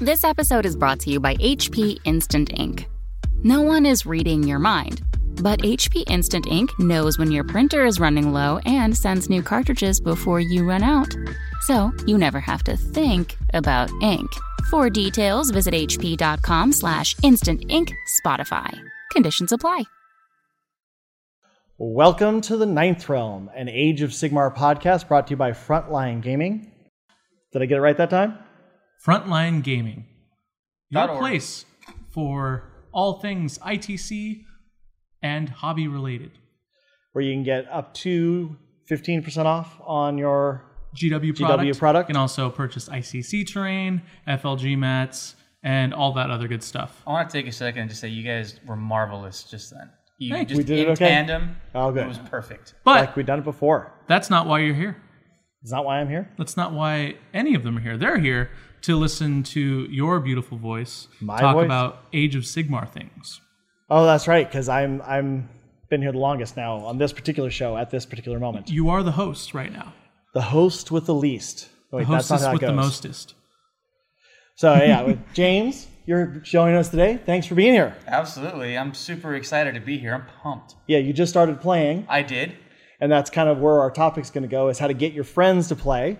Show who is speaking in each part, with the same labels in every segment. Speaker 1: This episode is brought to you by HP Instant Ink. No one is reading your mind, but HP Instant Ink knows when your printer is running low and sends new cartridges before you run out. So you never have to think about ink. For details, visit hp.com slash instant ink Spotify. Conditions apply.
Speaker 2: Welcome to the Ninth Realm, an Age of Sigmar podcast brought to you by Frontline Gaming. Did I get it right that time?
Speaker 3: Frontline Gaming, your
Speaker 4: Dot org.
Speaker 3: place for all things ITC and hobby related.
Speaker 2: Where you can get up to 15% off on your.
Speaker 3: GW product.
Speaker 2: GW product.
Speaker 3: You can also purchase ICC terrain, FLG mats, and all that other good stuff.
Speaker 4: I want to take a second and just say you guys were marvelous just then. You
Speaker 3: Thanks.
Speaker 4: just
Speaker 2: We did it
Speaker 4: in
Speaker 2: okay.
Speaker 4: tandem.
Speaker 2: Oh, good.
Speaker 4: It was perfect.
Speaker 3: But
Speaker 2: Like we've done it before.
Speaker 3: that's not why you're here.
Speaker 2: Is that why I'm here?
Speaker 3: That's not why any of them are here. They're here to listen to your beautiful voice
Speaker 2: My
Speaker 3: talk
Speaker 2: voice?
Speaker 3: about Age of Sigmar things.
Speaker 2: Oh, that's right, because I'm I'm been here the longest now on this particular show at this particular moment.
Speaker 3: You are the host right now.
Speaker 2: The host with the least. Wait,
Speaker 3: The
Speaker 2: that's not
Speaker 3: hostess
Speaker 2: how it
Speaker 3: with
Speaker 2: goes.
Speaker 3: the mostest.
Speaker 2: So yeah, with James, you're showing us today. Thanks for being here.
Speaker 4: Absolutely. I'm super excited to be here. I'm pumped.
Speaker 2: Yeah, you just started playing,
Speaker 4: I did.
Speaker 2: and that's kind of where our topic's going to go: is how to get your friends to play.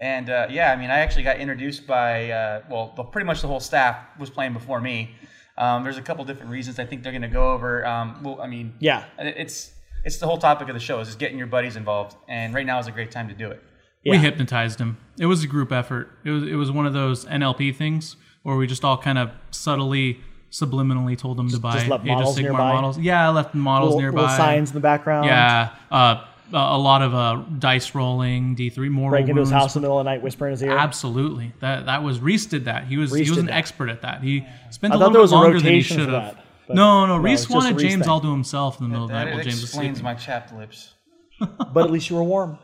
Speaker 4: And uh, yeah, I mean, I actually got introduced by, uh, well, the, pretty much the whole staff was playing before me. Um, there's a couple different reasons I think they're going to go over. Um, well, I mean,
Speaker 2: Yeah.
Speaker 4: and it- it's it's the whole topic of the show is just getting your buddies involved, and right now is a great time to do it.
Speaker 3: We
Speaker 2: Yeah.
Speaker 3: hypnotized him. It was a group effort. It was it was one of those NLP things where we just all kind of subtly, subliminally told him to buy
Speaker 2: just left
Speaker 3: Age of
Speaker 2: models
Speaker 3: Sigmar
Speaker 2: nearby?
Speaker 3: models. Yeah, I left models
Speaker 2: Little,
Speaker 3: nearby.
Speaker 2: little signs in the background.
Speaker 3: Yeah, uh, a a lot of uh, dice rolling, D three mortal
Speaker 2: Break into his
Speaker 3: wounds.
Speaker 2: house in the middle of the night, whisper in his ear.
Speaker 3: Absolutely, that that was Reese did that. He was
Speaker 2: Reese
Speaker 3: he was
Speaker 2: did
Speaker 3: an
Speaker 2: that.
Speaker 3: expert at that. He spent
Speaker 2: I
Speaker 3: a
Speaker 2: thought
Speaker 3: little
Speaker 2: there was
Speaker 3: bit
Speaker 2: a
Speaker 3: longer than he
Speaker 2: rotation for
Speaker 3: should have.
Speaker 2: that, but
Speaker 3: No, no,
Speaker 2: no, it's
Speaker 3: Reese
Speaker 2: just a
Speaker 3: wanted
Speaker 2: Reese
Speaker 3: James
Speaker 2: thing.
Speaker 3: all to himself in the middle of the
Speaker 4: That
Speaker 3: night while James was
Speaker 4: explains
Speaker 3: sleeping.
Speaker 4: my chapped lips.
Speaker 2: But at least you were warm.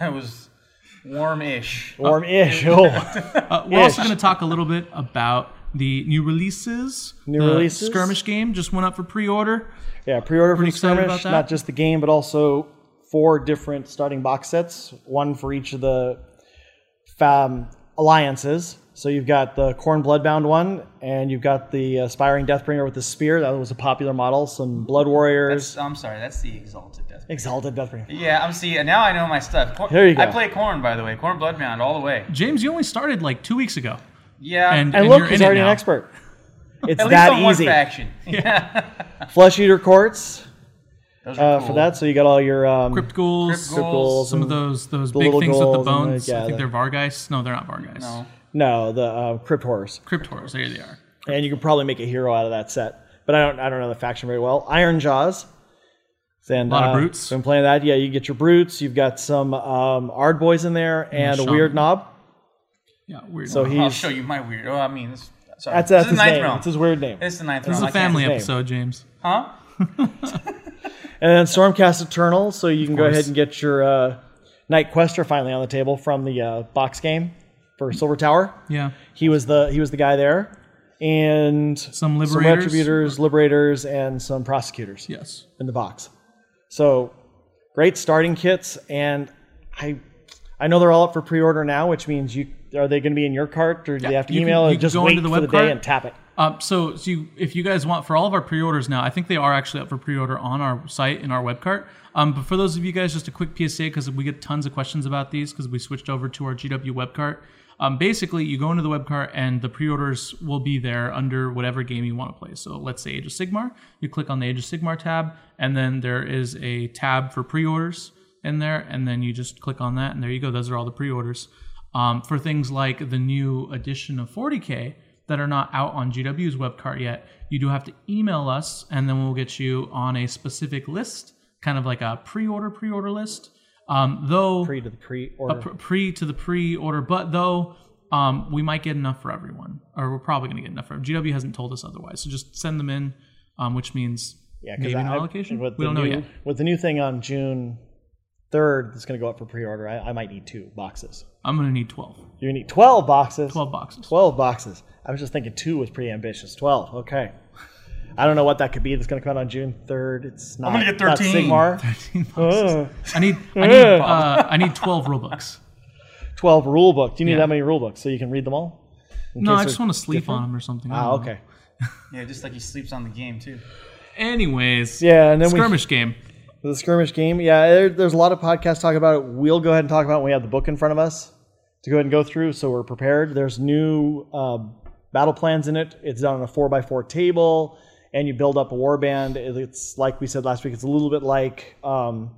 Speaker 4: It was warm-ish.
Speaker 2: Warm-ish. Oh.
Speaker 3: Uh, we're also
Speaker 2: Ish.
Speaker 3: going to talk a little bit about the new releases.
Speaker 2: New
Speaker 3: the
Speaker 2: releases?
Speaker 3: Skirmish game just went up for pre-order.
Speaker 2: Yeah, pre-order from
Speaker 3: Pretty excited
Speaker 2: Skirmish,
Speaker 3: about that.
Speaker 2: not just the game, but also four different starting box sets, one for each of the um, alliances. So you've got the Corn Bloodbound one, and you've got the Aspiring Deathbringer with the spear. That was a popular model. Some Blood Warriors,
Speaker 4: That's, I'm sorry, that's the exalted death.
Speaker 2: Exalted Deathbringer.
Speaker 4: Yeah, I'm see. Now I know my stuff. Cor-
Speaker 2: There you go.
Speaker 4: I play corn, by the way. Corn Bloodbound all the way.
Speaker 3: James, you only started like two weeks ago,
Speaker 4: Yeah,
Speaker 2: And
Speaker 3: and, and
Speaker 2: look,
Speaker 3: you're
Speaker 2: he's
Speaker 3: in it
Speaker 2: already an
Speaker 3: now.
Speaker 2: expert. It's
Speaker 4: at least
Speaker 2: that
Speaker 4: on one
Speaker 2: easy.
Speaker 4: faction. Yeah,
Speaker 2: Flesh Eater Courts
Speaker 4: Those
Speaker 2: uh,
Speaker 4: are
Speaker 2: for
Speaker 4: cool.
Speaker 2: that. So you got all your um,
Speaker 3: Crypt ghouls,
Speaker 4: Crypt ghouls,
Speaker 2: ghouls
Speaker 3: some
Speaker 2: and-
Speaker 3: of those those
Speaker 2: the
Speaker 3: big
Speaker 2: little
Speaker 3: things with the
Speaker 2: ghouls and the-
Speaker 3: bones.
Speaker 2: yeah,
Speaker 3: I think
Speaker 2: the-
Speaker 3: they're vargeis. No, they're not vargeis.
Speaker 4: No.
Speaker 2: No, the uh, Crypt Horrors.
Speaker 3: Crypt horrors. There they are.
Speaker 2: and you can probably make a hero out of that set. But I don't, I don't know the faction very well. Iron Jaws. And,
Speaker 3: A lot of
Speaker 2: uh,
Speaker 3: brutes.
Speaker 2: Been playing that. Yeah, you get your brutes. You've got some um, Ard boys in there and a
Speaker 3: Shaman.
Speaker 2: weird knob.
Speaker 3: Yeah, weird.
Speaker 2: So
Speaker 4: I'll
Speaker 2: he's
Speaker 4: show you my weird. Oh, I mean, it's, sorry.
Speaker 2: that's,
Speaker 4: this
Speaker 2: that's
Speaker 4: is
Speaker 2: his
Speaker 4: ninth
Speaker 2: name.
Speaker 4: realm.
Speaker 2: It's his weird name.
Speaker 4: This is the ninth
Speaker 3: this
Speaker 4: realm.
Speaker 3: is a
Speaker 4: I can't-
Speaker 3: family
Speaker 2: name.
Speaker 3: episode, James.
Speaker 4: Huh?
Speaker 2: and then Stormcast Eternal. So you can go
Speaker 3: course.
Speaker 2: ahead and get your uh, Night Quester finally on the table from the uh, box game for Silver Tower.
Speaker 3: Yeah,
Speaker 2: He was the he was the guy there, and
Speaker 3: Some
Speaker 2: some
Speaker 3: liberators.
Speaker 2: retributors, liberators, and some prosecutors.
Speaker 3: yes.
Speaker 2: in the box. So great starting kits, and I I know they're all up for pre-order now, which means you are they going to be in your cart, or do they have to
Speaker 3: you can-
Speaker 2: email,
Speaker 3: you
Speaker 2: or
Speaker 3: can
Speaker 2: just
Speaker 3: go
Speaker 2: wait
Speaker 3: into the
Speaker 2: for
Speaker 3: web
Speaker 2: the
Speaker 3: cart.
Speaker 2: day and tap it?
Speaker 3: Um, so, so you, if you guys want for all of our pre-orders now, I think they are actually up for pre-order on our site in our web cart. Um, but for those of you guys, just a quick PSA because we get tons of questions about these because we switched over to our GW web cart. Um, basically, you go into the web cart and the pre-orders will be there under whatever game you want to play. So let's say Age of Sigmar, you click on the Age of Sigmar tab, and then there is a tab for pre-orders in there, and then you just click on that, and there you go. Those are all the pre-orders um, for things like the new edition of 40k that are not out on GW's web cart yet, you do have to email us, and then we'll get you on a specific list, kind of like a pre-order pre-order list. Um, though
Speaker 2: Pre to the pre-order.
Speaker 3: pr- pre to the pre-order, but though um, we might get enough for everyone, or we're probably going to get enough for GW hasn't told us otherwise, so just send them in, um, which means
Speaker 2: yeah, 'cause
Speaker 3: maybe
Speaker 2: I-
Speaker 3: an
Speaker 2: I-
Speaker 3: allocation.
Speaker 2: with the
Speaker 3: We don't know
Speaker 2: new-
Speaker 3: yet.
Speaker 2: With the new thing on June third, that's going to go up for pre-order. I, I might need two boxes.
Speaker 3: I'm going to need 12,
Speaker 2: You're going to need twelve boxes.
Speaker 3: 12 boxes.
Speaker 2: 12 boxes. I was just thinking two was pretty ambitious. 12, okay. I don't know what that could be that's going to come out on June 3rd. It's not,
Speaker 4: gonna get
Speaker 2: not
Speaker 4: 13.
Speaker 2: Sigmar.
Speaker 3: 13 boxes.
Speaker 2: Uh,
Speaker 3: I need I need uh, I need 12 robux.
Speaker 2: 12 rule book. Do you need
Speaker 3: Yeah.
Speaker 2: that many rule books so you can read them all? In
Speaker 3: No,
Speaker 2: case
Speaker 3: I just
Speaker 2: they're
Speaker 3: want to sleep
Speaker 2: different?
Speaker 3: on him or something. I
Speaker 2: Ah,
Speaker 3: don't know.
Speaker 2: okay.
Speaker 4: Yeah, just like he sleeps on the game too.
Speaker 3: Anyways,
Speaker 2: Yeah, and then we-
Speaker 3: skirmish game.
Speaker 2: The skirmish game. Yeah, there, there's a lot of podcasts talk about it. We'll go ahead and talk about it when we have the book in front of us to go ahead and go through so we're prepared. There's new uh, battle plans in it. It's done on a 4x4 table, and you build up a warband. It- It's like we said last week, it's a little bit like um,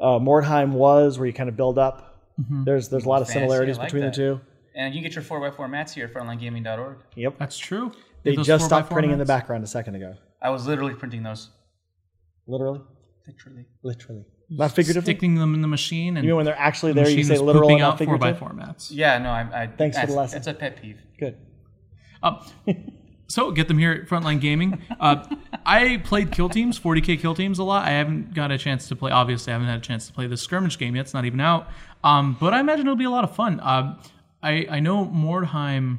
Speaker 2: uh, Mordheim was, where you kind of build up.
Speaker 3: Mm-hmm.
Speaker 2: There's, there's a lot of
Speaker 4: Fantasy, I
Speaker 2: similarities
Speaker 4: like
Speaker 2: between
Speaker 4: that.
Speaker 2: the two.
Speaker 4: And you get your 4x4 mats here at frontlinegaming.org.
Speaker 2: Yep.
Speaker 3: That's true.
Speaker 2: They
Speaker 3: Those
Speaker 2: just
Speaker 3: four
Speaker 2: stopped
Speaker 3: by four
Speaker 2: printing in the
Speaker 3: mats.
Speaker 2: background a second ago.
Speaker 4: I was literally printing those.
Speaker 2: Literally.
Speaker 4: Literally.
Speaker 2: Literally. Not figuratively.
Speaker 3: Sticking them in the machine, and
Speaker 2: you mean when they're actually
Speaker 3: the
Speaker 2: there, you
Speaker 3: machine
Speaker 2: say
Speaker 3: was
Speaker 2: literal and
Speaker 3: pooping
Speaker 2: not
Speaker 3: out four by
Speaker 2: figurative?
Speaker 3: four mats.
Speaker 4: Yeah, no, I. I
Speaker 2: Thanks for the
Speaker 4: that's-
Speaker 2: lesson.
Speaker 4: That's a pet peeve.
Speaker 2: Good.
Speaker 3: Uh, so get them here at Frontline Gaming. Uh, I played kill teams, 40k kill teams a lot. I haven't got a chance to play. Obviously, I haven't had a chance to play this skirmish game yet. It's not even out. Um, but I imagine it'll be a lot of fun. Um I I know Mordheim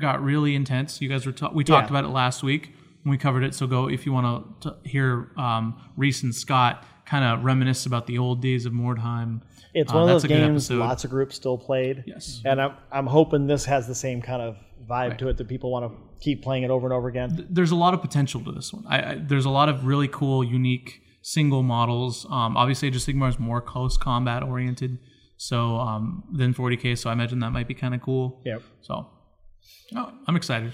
Speaker 3: got really intense. You guys were ta- we talked
Speaker 2: Yeah.
Speaker 3: about it last week when we covered it. So go if you want to hear um, Reese and Scott kind of reminisce about the old days of Mordheim.
Speaker 2: It's
Speaker 3: Uh,
Speaker 2: one of
Speaker 3: that's
Speaker 2: those
Speaker 3: a good
Speaker 2: games
Speaker 3: episode.
Speaker 2: lots of groups still played.
Speaker 3: Yes.
Speaker 2: And I'm, I'm hoping this has the same kind of vibe to it that people want to keep playing it over and over again.
Speaker 3: there's a lot of potential to this one. I, I there's a lot of really cool, unique single models. Um, obviously, Age of Sigmar is more close combat oriented, so um, than 40k. So I imagine that might be kind of cool.
Speaker 2: Yep.
Speaker 3: So, oh, I'm excited.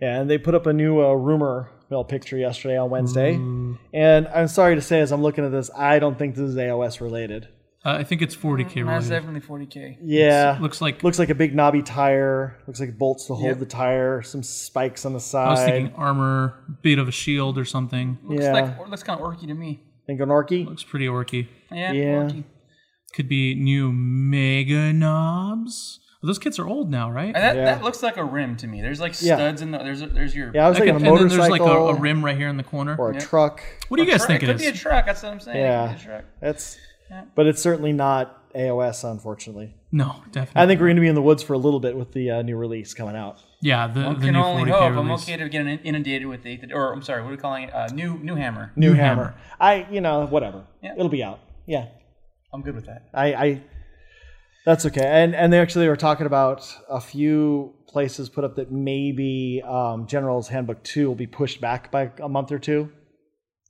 Speaker 2: Yeah, and they put up a new uh, rumor mill picture yesterday on Wednesday.
Speaker 3: Mm.
Speaker 2: And I'm sorry to say, as I'm looking at this, I don't think this is AOS related.
Speaker 3: Uh, I think it's 40k
Speaker 4: That's
Speaker 3: related.
Speaker 4: definitely 40k.
Speaker 2: Yeah.
Speaker 3: Looks like
Speaker 2: Looks like a big knobby tire. Looks like bolts to hold the tire. Some spikes on the side.
Speaker 3: I was thinking armor, bit of a shield or something.
Speaker 4: Looks
Speaker 2: Yeah.
Speaker 4: like or looks kind of orky to me.
Speaker 2: Think an orky?
Speaker 3: Looks pretty orky.
Speaker 4: Yeah.
Speaker 2: Yeah.
Speaker 4: Orky.
Speaker 3: Could be new mega knobs. Those kits are old now, right?
Speaker 4: And that,
Speaker 2: Yeah.
Speaker 4: that looks like a rim to me. There's like
Speaker 2: Yeah.
Speaker 4: studs in the. There's there's your.
Speaker 2: Yeah, I was
Speaker 3: Like,
Speaker 2: thinking a
Speaker 3: and then
Speaker 2: motorcycle
Speaker 3: there's like a, a rim right here in the corner.
Speaker 2: or a truck.
Speaker 3: What do you guys
Speaker 4: Truck-
Speaker 3: think
Speaker 4: it
Speaker 3: it is?
Speaker 4: could be a truck. That's what I'm saying. It
Speaker 2: Yeah.
Speaker 4: could be a truck.
Speaker 2: That's,
Speaker 4: Yeah.
Speaker 2: but it's certainly not AOS, unfortunately.
Speaker 3: no, definitely.
Speaker 2: I think we're going to be in the woods for a little bit with the uh, new release coming out.
Speaker 3: Yeah, the, the
Speaker 4: can
Speaker 3: new
Speaker 4: only
Speaker 3: 40k
Speaker 4: hope. I'm
Speaker 3: release.
Speaker 4: okay to get inundated with the, or I'm sorry, what are we calling it? Uh, new new hammer.
Speaker 2: New,
Speaker 3: Hammer.
Speaker 2: Hammer. I, you know, whatever.
Speaker 4: Yeah.
Speaker 2: It'll be out. Yeah.
Speaker 4: I'm good with that.
Speaker 2: I, I that's okay. And and they actually were talking about a few places put up that maybe um, General's Handbook Two will be pushed back by a month or two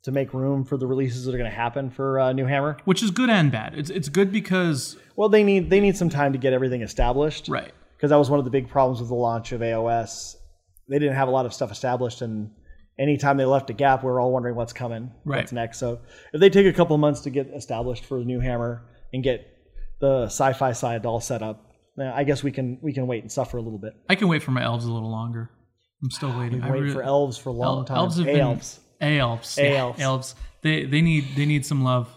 Speaker 2: to make room for the releases that are going to happen for uh, New Hammer.
Speaker 3: which is good and bad. It's it's good because
Speaker 2: Well, they need they need some time to get everything established.
Speaker 3: right,
Speaker 2: because that was one of the big problems with the launch of AOS. They didn't have a lot of stuff established, and anytime they left a gap, we were all wondering what's coming,
Speaker 3: Right.
Speaker 2: what's next. So if they take a couple of months to get established for the new Hammer and get the sci-fi side all set up, then I guess we can we can wait and suffer a little bit.
Speaker 3: I can wait for my elves a little longer. I'm still waiting. I
Speaker 2: Wait
Speaker 3: really-
Speaker 2: for elves for a long
Speaker 3: el-
Speaker 2: time.
Speaker 3: Elves have
Speaker 2: elves,
Speaker 3: been elves. yeah,
Speaker 2: Elves.
Speaker 3: elves. They they need they need some love.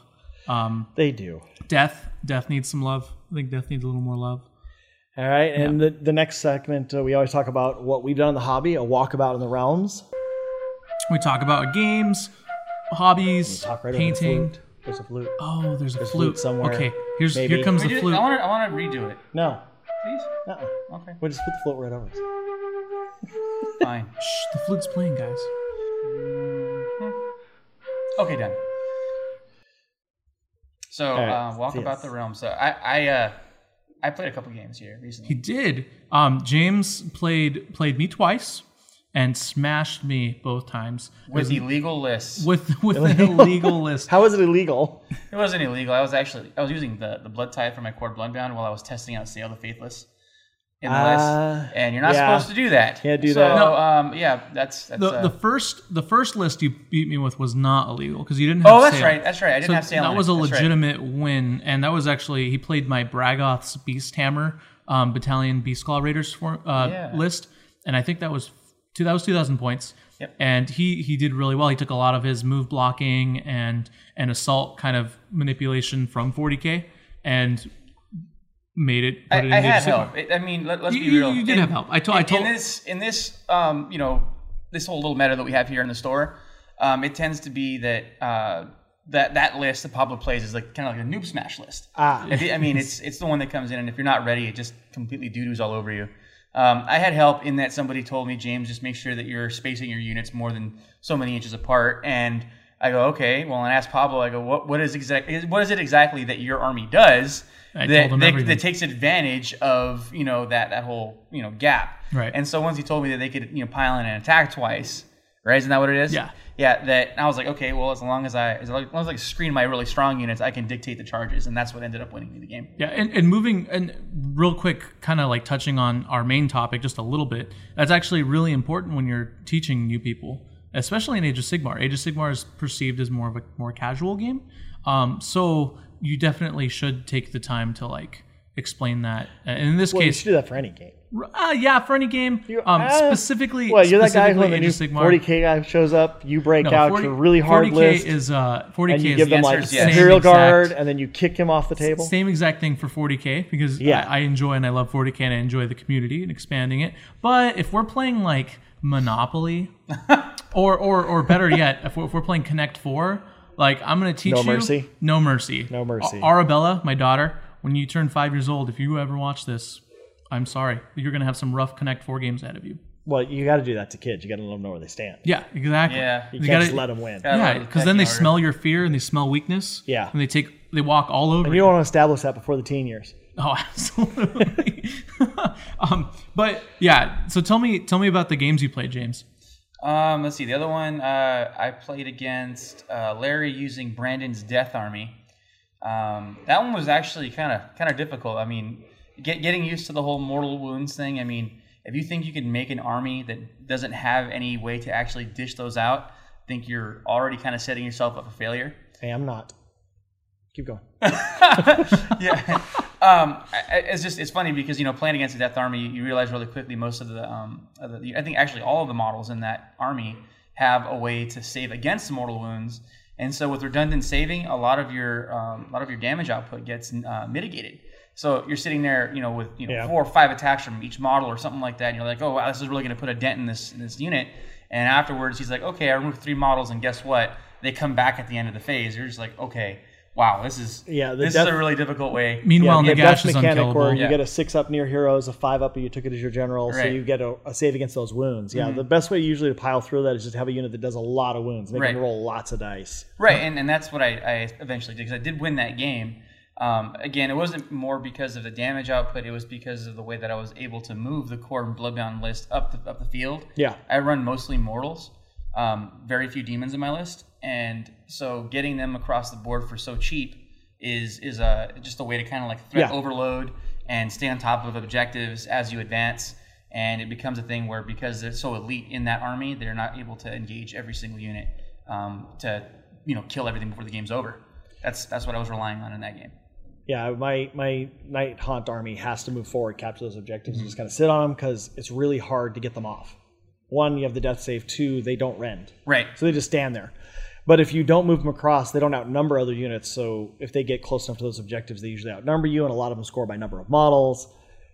Speaker 3: Um,
Speaker 2: they do.
Speaker 3: death death needs some love. I think death needs a little more love.
Speaker 2: All right, and the, the next segment uh, we always talk about what we've done in the hobby, a walkabout in the realms.
Speaker 3: We talk about games, hobbies,
Speaker 2: Talk right
Speaker 3: painting.
Speaker 2: over the flute. There's a flute.
Speaker 3: Oh, there's a
Speaker 2: flute
Speaker 3: flute.
Speaker 2: somewhere,
Speaker 3: Okay, here's
Speaker 2: maybe.
Speaker 3: here comes
Speaker 4: Can
Speaker 3: the
Speaker 4: we do-
Speaker 3: flute.
Speaker 4: I want to I want to redo it,
Speaker 2: No,
Speaker 4: please.
Speaker 2: no,
Speaker 4: Okay,
Speaker 2: we just put the flute right over. us.
Speaker 4: fine.
Speaker 3: Shh, the flute's playing, guys.
Speaker 4: Okay, done. So
Speaker 2: All right.
Speaker 4: uh, walk about
Speaker 2: Yes.
Speaker 4: the realm. So I I uh, I played a couple games here recently.
Speaker 3: He did. Um, James played played me twice and smashed me both times
Speaker 4: With illegal lists.
Speaker 3: with with an illegal list.
Speaker 2: How is it illegal?
Speaker 4: It wasn't illegal. I was actually I was using the, the blood tithe for my core bloodbound while I was testing out Sale the Faithless in the
Speaker 2: Ah,
Speaker 4: list, and you're not
Speaker 2: yeah.
Speaker 4: supposed to do that.
Speaker 2: Can't do
Speaker 4: so,
Speaker 2: that.
Speaker 4: So um, yeah, that's that's.
Speaker 3: The,
Speaker 4: uh,
Speaker 3: the first the first list you beat me with was not illegal because you didn't have
Speaker 4: oh, that's
Speaker 3: Salem.
Speaker 4: right. That's right. I didn't
Speaker 3: So
Speaker 4: have Sale. on
Speaker 3: that
Speaker 4: it.
Speaker 3: was a
Speaker 4: That's right.
Speaker 3: legitimate win, and that was actually he played my Bragoth's Beast Hammer um, Battalion Beast Claw Raiders for, uh,
Speaker 4: Yeah.
Speaker 3: list, and I think that was two, that was two thousand points.
Speaker 4: Yep.
Speaker 3: And he he did really well. He took a lot of his move blocking and and assault kind of manipulation from forty k and made it. Put it in
Speaker 4: I, I
Speaker 3: Age of
Speaker 4: had
Speaker 3: Sigmar.
Speaker 4: help. It, I mean, let, us
Speaker 3: You-
Speaker 4: be
Speaker 3: you-
Speaker 4: real.
Speaker 3: you did
Speaker 4: In-
Speaker 3: have help. I told- I
Speaker 4: in-
Speaker 3: told-
Speaker 4: In this, in this, um, you know, this whole little meta that we have here in the store, um, it tends to be that uh, that that list that Pablo plays is like kind of like a noob smash list.
Speaker 2: Ah.
Speaker 4: If you- I mean, it's it's the one that comes in, and if you're not ready, it just completely doo doos all over you. Um, I had help in that somebody told me, James, just make sure that you're spacing your units more than so many inches apart, and I go, okay. Well, and I asked Pablo. I go, what what is exactly what is it exactly that your army does
Speaker 3: I
Speaker 4: that,
Speaker 3: told him
Speaker 4: that,
Speaker 3: everything.
Speaker 4: that takes advantage of you know that that whole you know gap?
Speaker 3: Right.
Speaker 4: And so once he told me that they could you know pile in and attack twice, right? Isn't that what it is?
Speaker 3: Yeah.
Speaker 4: Yeah. That and I was like, okay. Well, as long as I as long as I screen my really strong units, I can dictate the charges, and that's what ended up winning me the game.
Speaker 3: Yeah, and, and moving and real quick, kind of like touching on our main topic just a little bit. That's actually really important when you're teaching new people, especially in Age of Sigmar. Age of Sigmar is perceived as more of a more casual game, um, so you definitely should take the time to like explain that. And in this
Speaker 2: Well, you
Speaker 3: case,
Speaker 2: should do that for any game.
Speaker 3: uh, yeah, for any game,
Speaker 2: You-
Speaker 3: um,
Speaker 2: uh,
Speaker 3: specifically,
Speaker 2: well, you're that guy who
Speaker 3: specifically
Speaker 2: when the
Speaker 3: Age
Speaker 2: new
Speaker 3: of Sigmar.
Speaker 2: 40k guy shows up, you break
Speaker 3: No,
Speaker 2: out
Speaker 3: 40
Speaker 2: your really hard
Speaker 3: 40K
Speaker 2: list,
Speaker 3: is uh, 40k
Speaker 2: and you
Speaker 3: is
Speaker 2: give
Speaker 3: the
Speaker 2: them
Speaker 4: answer
Speaker 2: like
Speaker 4: is yes.
Speaker 2: imperial
Speaker 3: Same exact-
Speaker 2: guard, and then you kick him off the table.
Speaker 3: Same exact thing for 40k because
Speaker 2: Yeah.
Speaker 3: I, I enjoy and I love 40k and I enjoy the community and expanding it. But if we're playing like Monopoly, or or or better yet, if we're, if we're playing Connect Four, like I'm gonna teach
Speaker 2: No
Speaker 3: you
Speaker 2: Mercy.
Speaker 3: no mercy,
Speaker 2: No Mercy.
Speaker 3: A- Arabella, my daughter, when you turn five years old, if you ever watch this, I'm sorry, you're gonna have some rough Connect Four games ahead of you.
Speaker 2: Well, you got to do that to kids. You got to let them know where they stand.
Speaker 3: Yeah, exactly.
Speaker 4: Yeah.
Speaker 2: You
Speaker 3: They
Speaker 2: can't
Speaker 3: gotta-
Speaker 2: just let them win.
Speaker 4: Yeah.
Speaker 3: yeah,
Speaker 4: Gotta
Speaker 3: because then they
Speaker 4: protect your
Speaker 3: smell your fear and they smell weakness.
Speaker 2: Yeah.
Speaker 3: and they take they walk all over.
Speaker 2: And you don't want to establish that before the teen years.
Speaker 3: Oh, absolutely. um, but yeah, so tell me, tell me about the games you played, James.
Speaker 4: Um, let's see. The other one uh, I played against uh, Larry using Brandon's Death Army. Um, that one was actually kind of kind of difficult. I mean, get, getting used to the whole mortal wounds thing. I mean, if you think you can make an army that doesn't have any way to actually dish those out, I think you're already kind of setting yourself up for failure.
Speaker 2: Hey, I'm not. Keep going.
Speaker 4: yeah. Um, I- I- it's just it's funny because you know playing against the Death Army, you realize really quickly most of the, um, of the I think actually all of the models in that army have a way to save against mortal wounds, and so with redundant saving, a lot of your um, a lot of your damage output gets uh, mitigated. So you're sitting there, you know, with you know
Speaker 2: Yeah.
Speaker 4: four or five attacks from each model or something like that, and you're like, oh wow, this is really going to put a dent in this in this unit. And afterwards, he's like, okay, I removed three models, and guess what? They come back at the end of the phase. You're just like, okay, wow, this is
Speaker 2: Yeah, the
Speaker 4: this
Speaker 2: death-
Speaker 4: is a really difficult way.
Speaker 3: Meanwhile,
Speaker 2: the
Speaker 3: Nagash
Speaker 2: death
Speaker 3: is
Speaker 2: mechanic
Speaker 3: unkillable.
Speaker 2: where you
Speaker 4: Yeah.
Speaker 2: get a six up near heroes, a five up, and you took it as your general, so
Speaker 4: Right.
Speaker 2: you get a, a save against those wounds.
Speaker 3: Mm-hmm.
Speaker 2: Yeah, the best way usually to pile through that is just have a unit that does a lot of wounds, make
Speaker 4: Right.
Speaker 2: them roll lots of dice.
Speaker 4: Right, and, and that's what I, I eventually did because I did win that game. Um, again, it wasn't more because of the damage output; it was because of the way that I was able to move the core and bloodbound list up the, up the field.
Speaker 2: Yeah.
Speaker 4: I run mostly mortals, um, very few demons in my list, and so getting them across the board for so cheap is is a just a way to kind of like threat
Speaker 2: Yeah.
Speaker 4: overload and stay on top of objectives as you advance. And it becomes a thing where because they're so elite in that army, they're not able to engage every single unit um, to you know kill everything before the game's over. That's that's what I was relying on in that game.
Speaker 2: Yeah, my my night haunt army has to move forward, capture those objectives, and just kind of sit on them because it's really hard to get them off. One, you have the death save. Two, they don't rend.
Speaker 4: Right.
Speaker 2: So they just stand there. But if you don't move them across, they don't outnumber other units. So if they get close enough to those objectives, they usually outnumber you, and a lot of them score by number of models.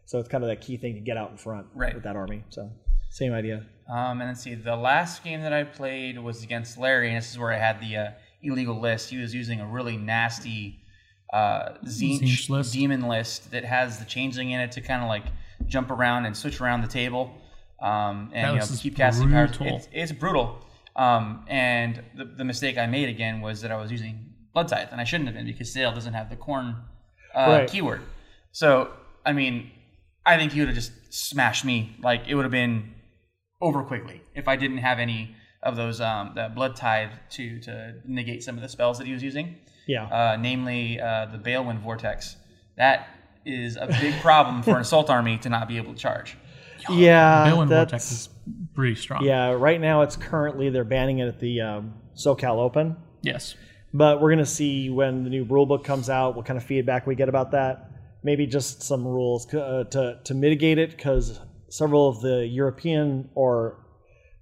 Speaker 2: So it's kind of that key thing to get out in front
Speaker 4: Right.
Speaker 2: with that army. So same idea.
Speaker 4: Um, and let's see, the last game that I played was against Larry, and this is where I had the uh, illegal list. He was using a really nasty uh, Zinch,
Speaker 3: Zinch list.
Speaker 4: demon list that has the changeling in it to kind of like jump around and switch around the table um,
Speaker 3: That
Speaker 4: and you know,
Speaker 3: list is
Speaker 4: keep casting powers.
Speaker 3: brutal.
Speaker 4: It's, it's brutal. Um, and the, the mistake I made again was that I was using Blood Scythe, and I shouldn't have been because Sale doesn't have the corn uh,
Speaker 2: Right.
Speaker 4: keyword. So, I mean, I think he would have just smashed me. Like, it would have been over quickly if I didn't have any of those um, the blood tithe to to negate some of the spells that he was using,
Speaker 2: Yeah.
Speaker 4: uh, namely uh, the Balewind Vortex. That is a big problem for an assault army to not be able to charge.
Speaker 3: Bill
Speaker 2: yeah.
Speaker 3: and Vortex
Speaker 2: That's,
Speaker 3: is pretty strong.
Speaker 2: yeah. Right now, it's currently they're banning it at the um, SoCal Open.
Speaker 3: Yes.
Speaker 2: but we're going to see when the new rule book comes out what kind of feedback we get about that maybe just some rules uh, to, to mitigate it because several of the european or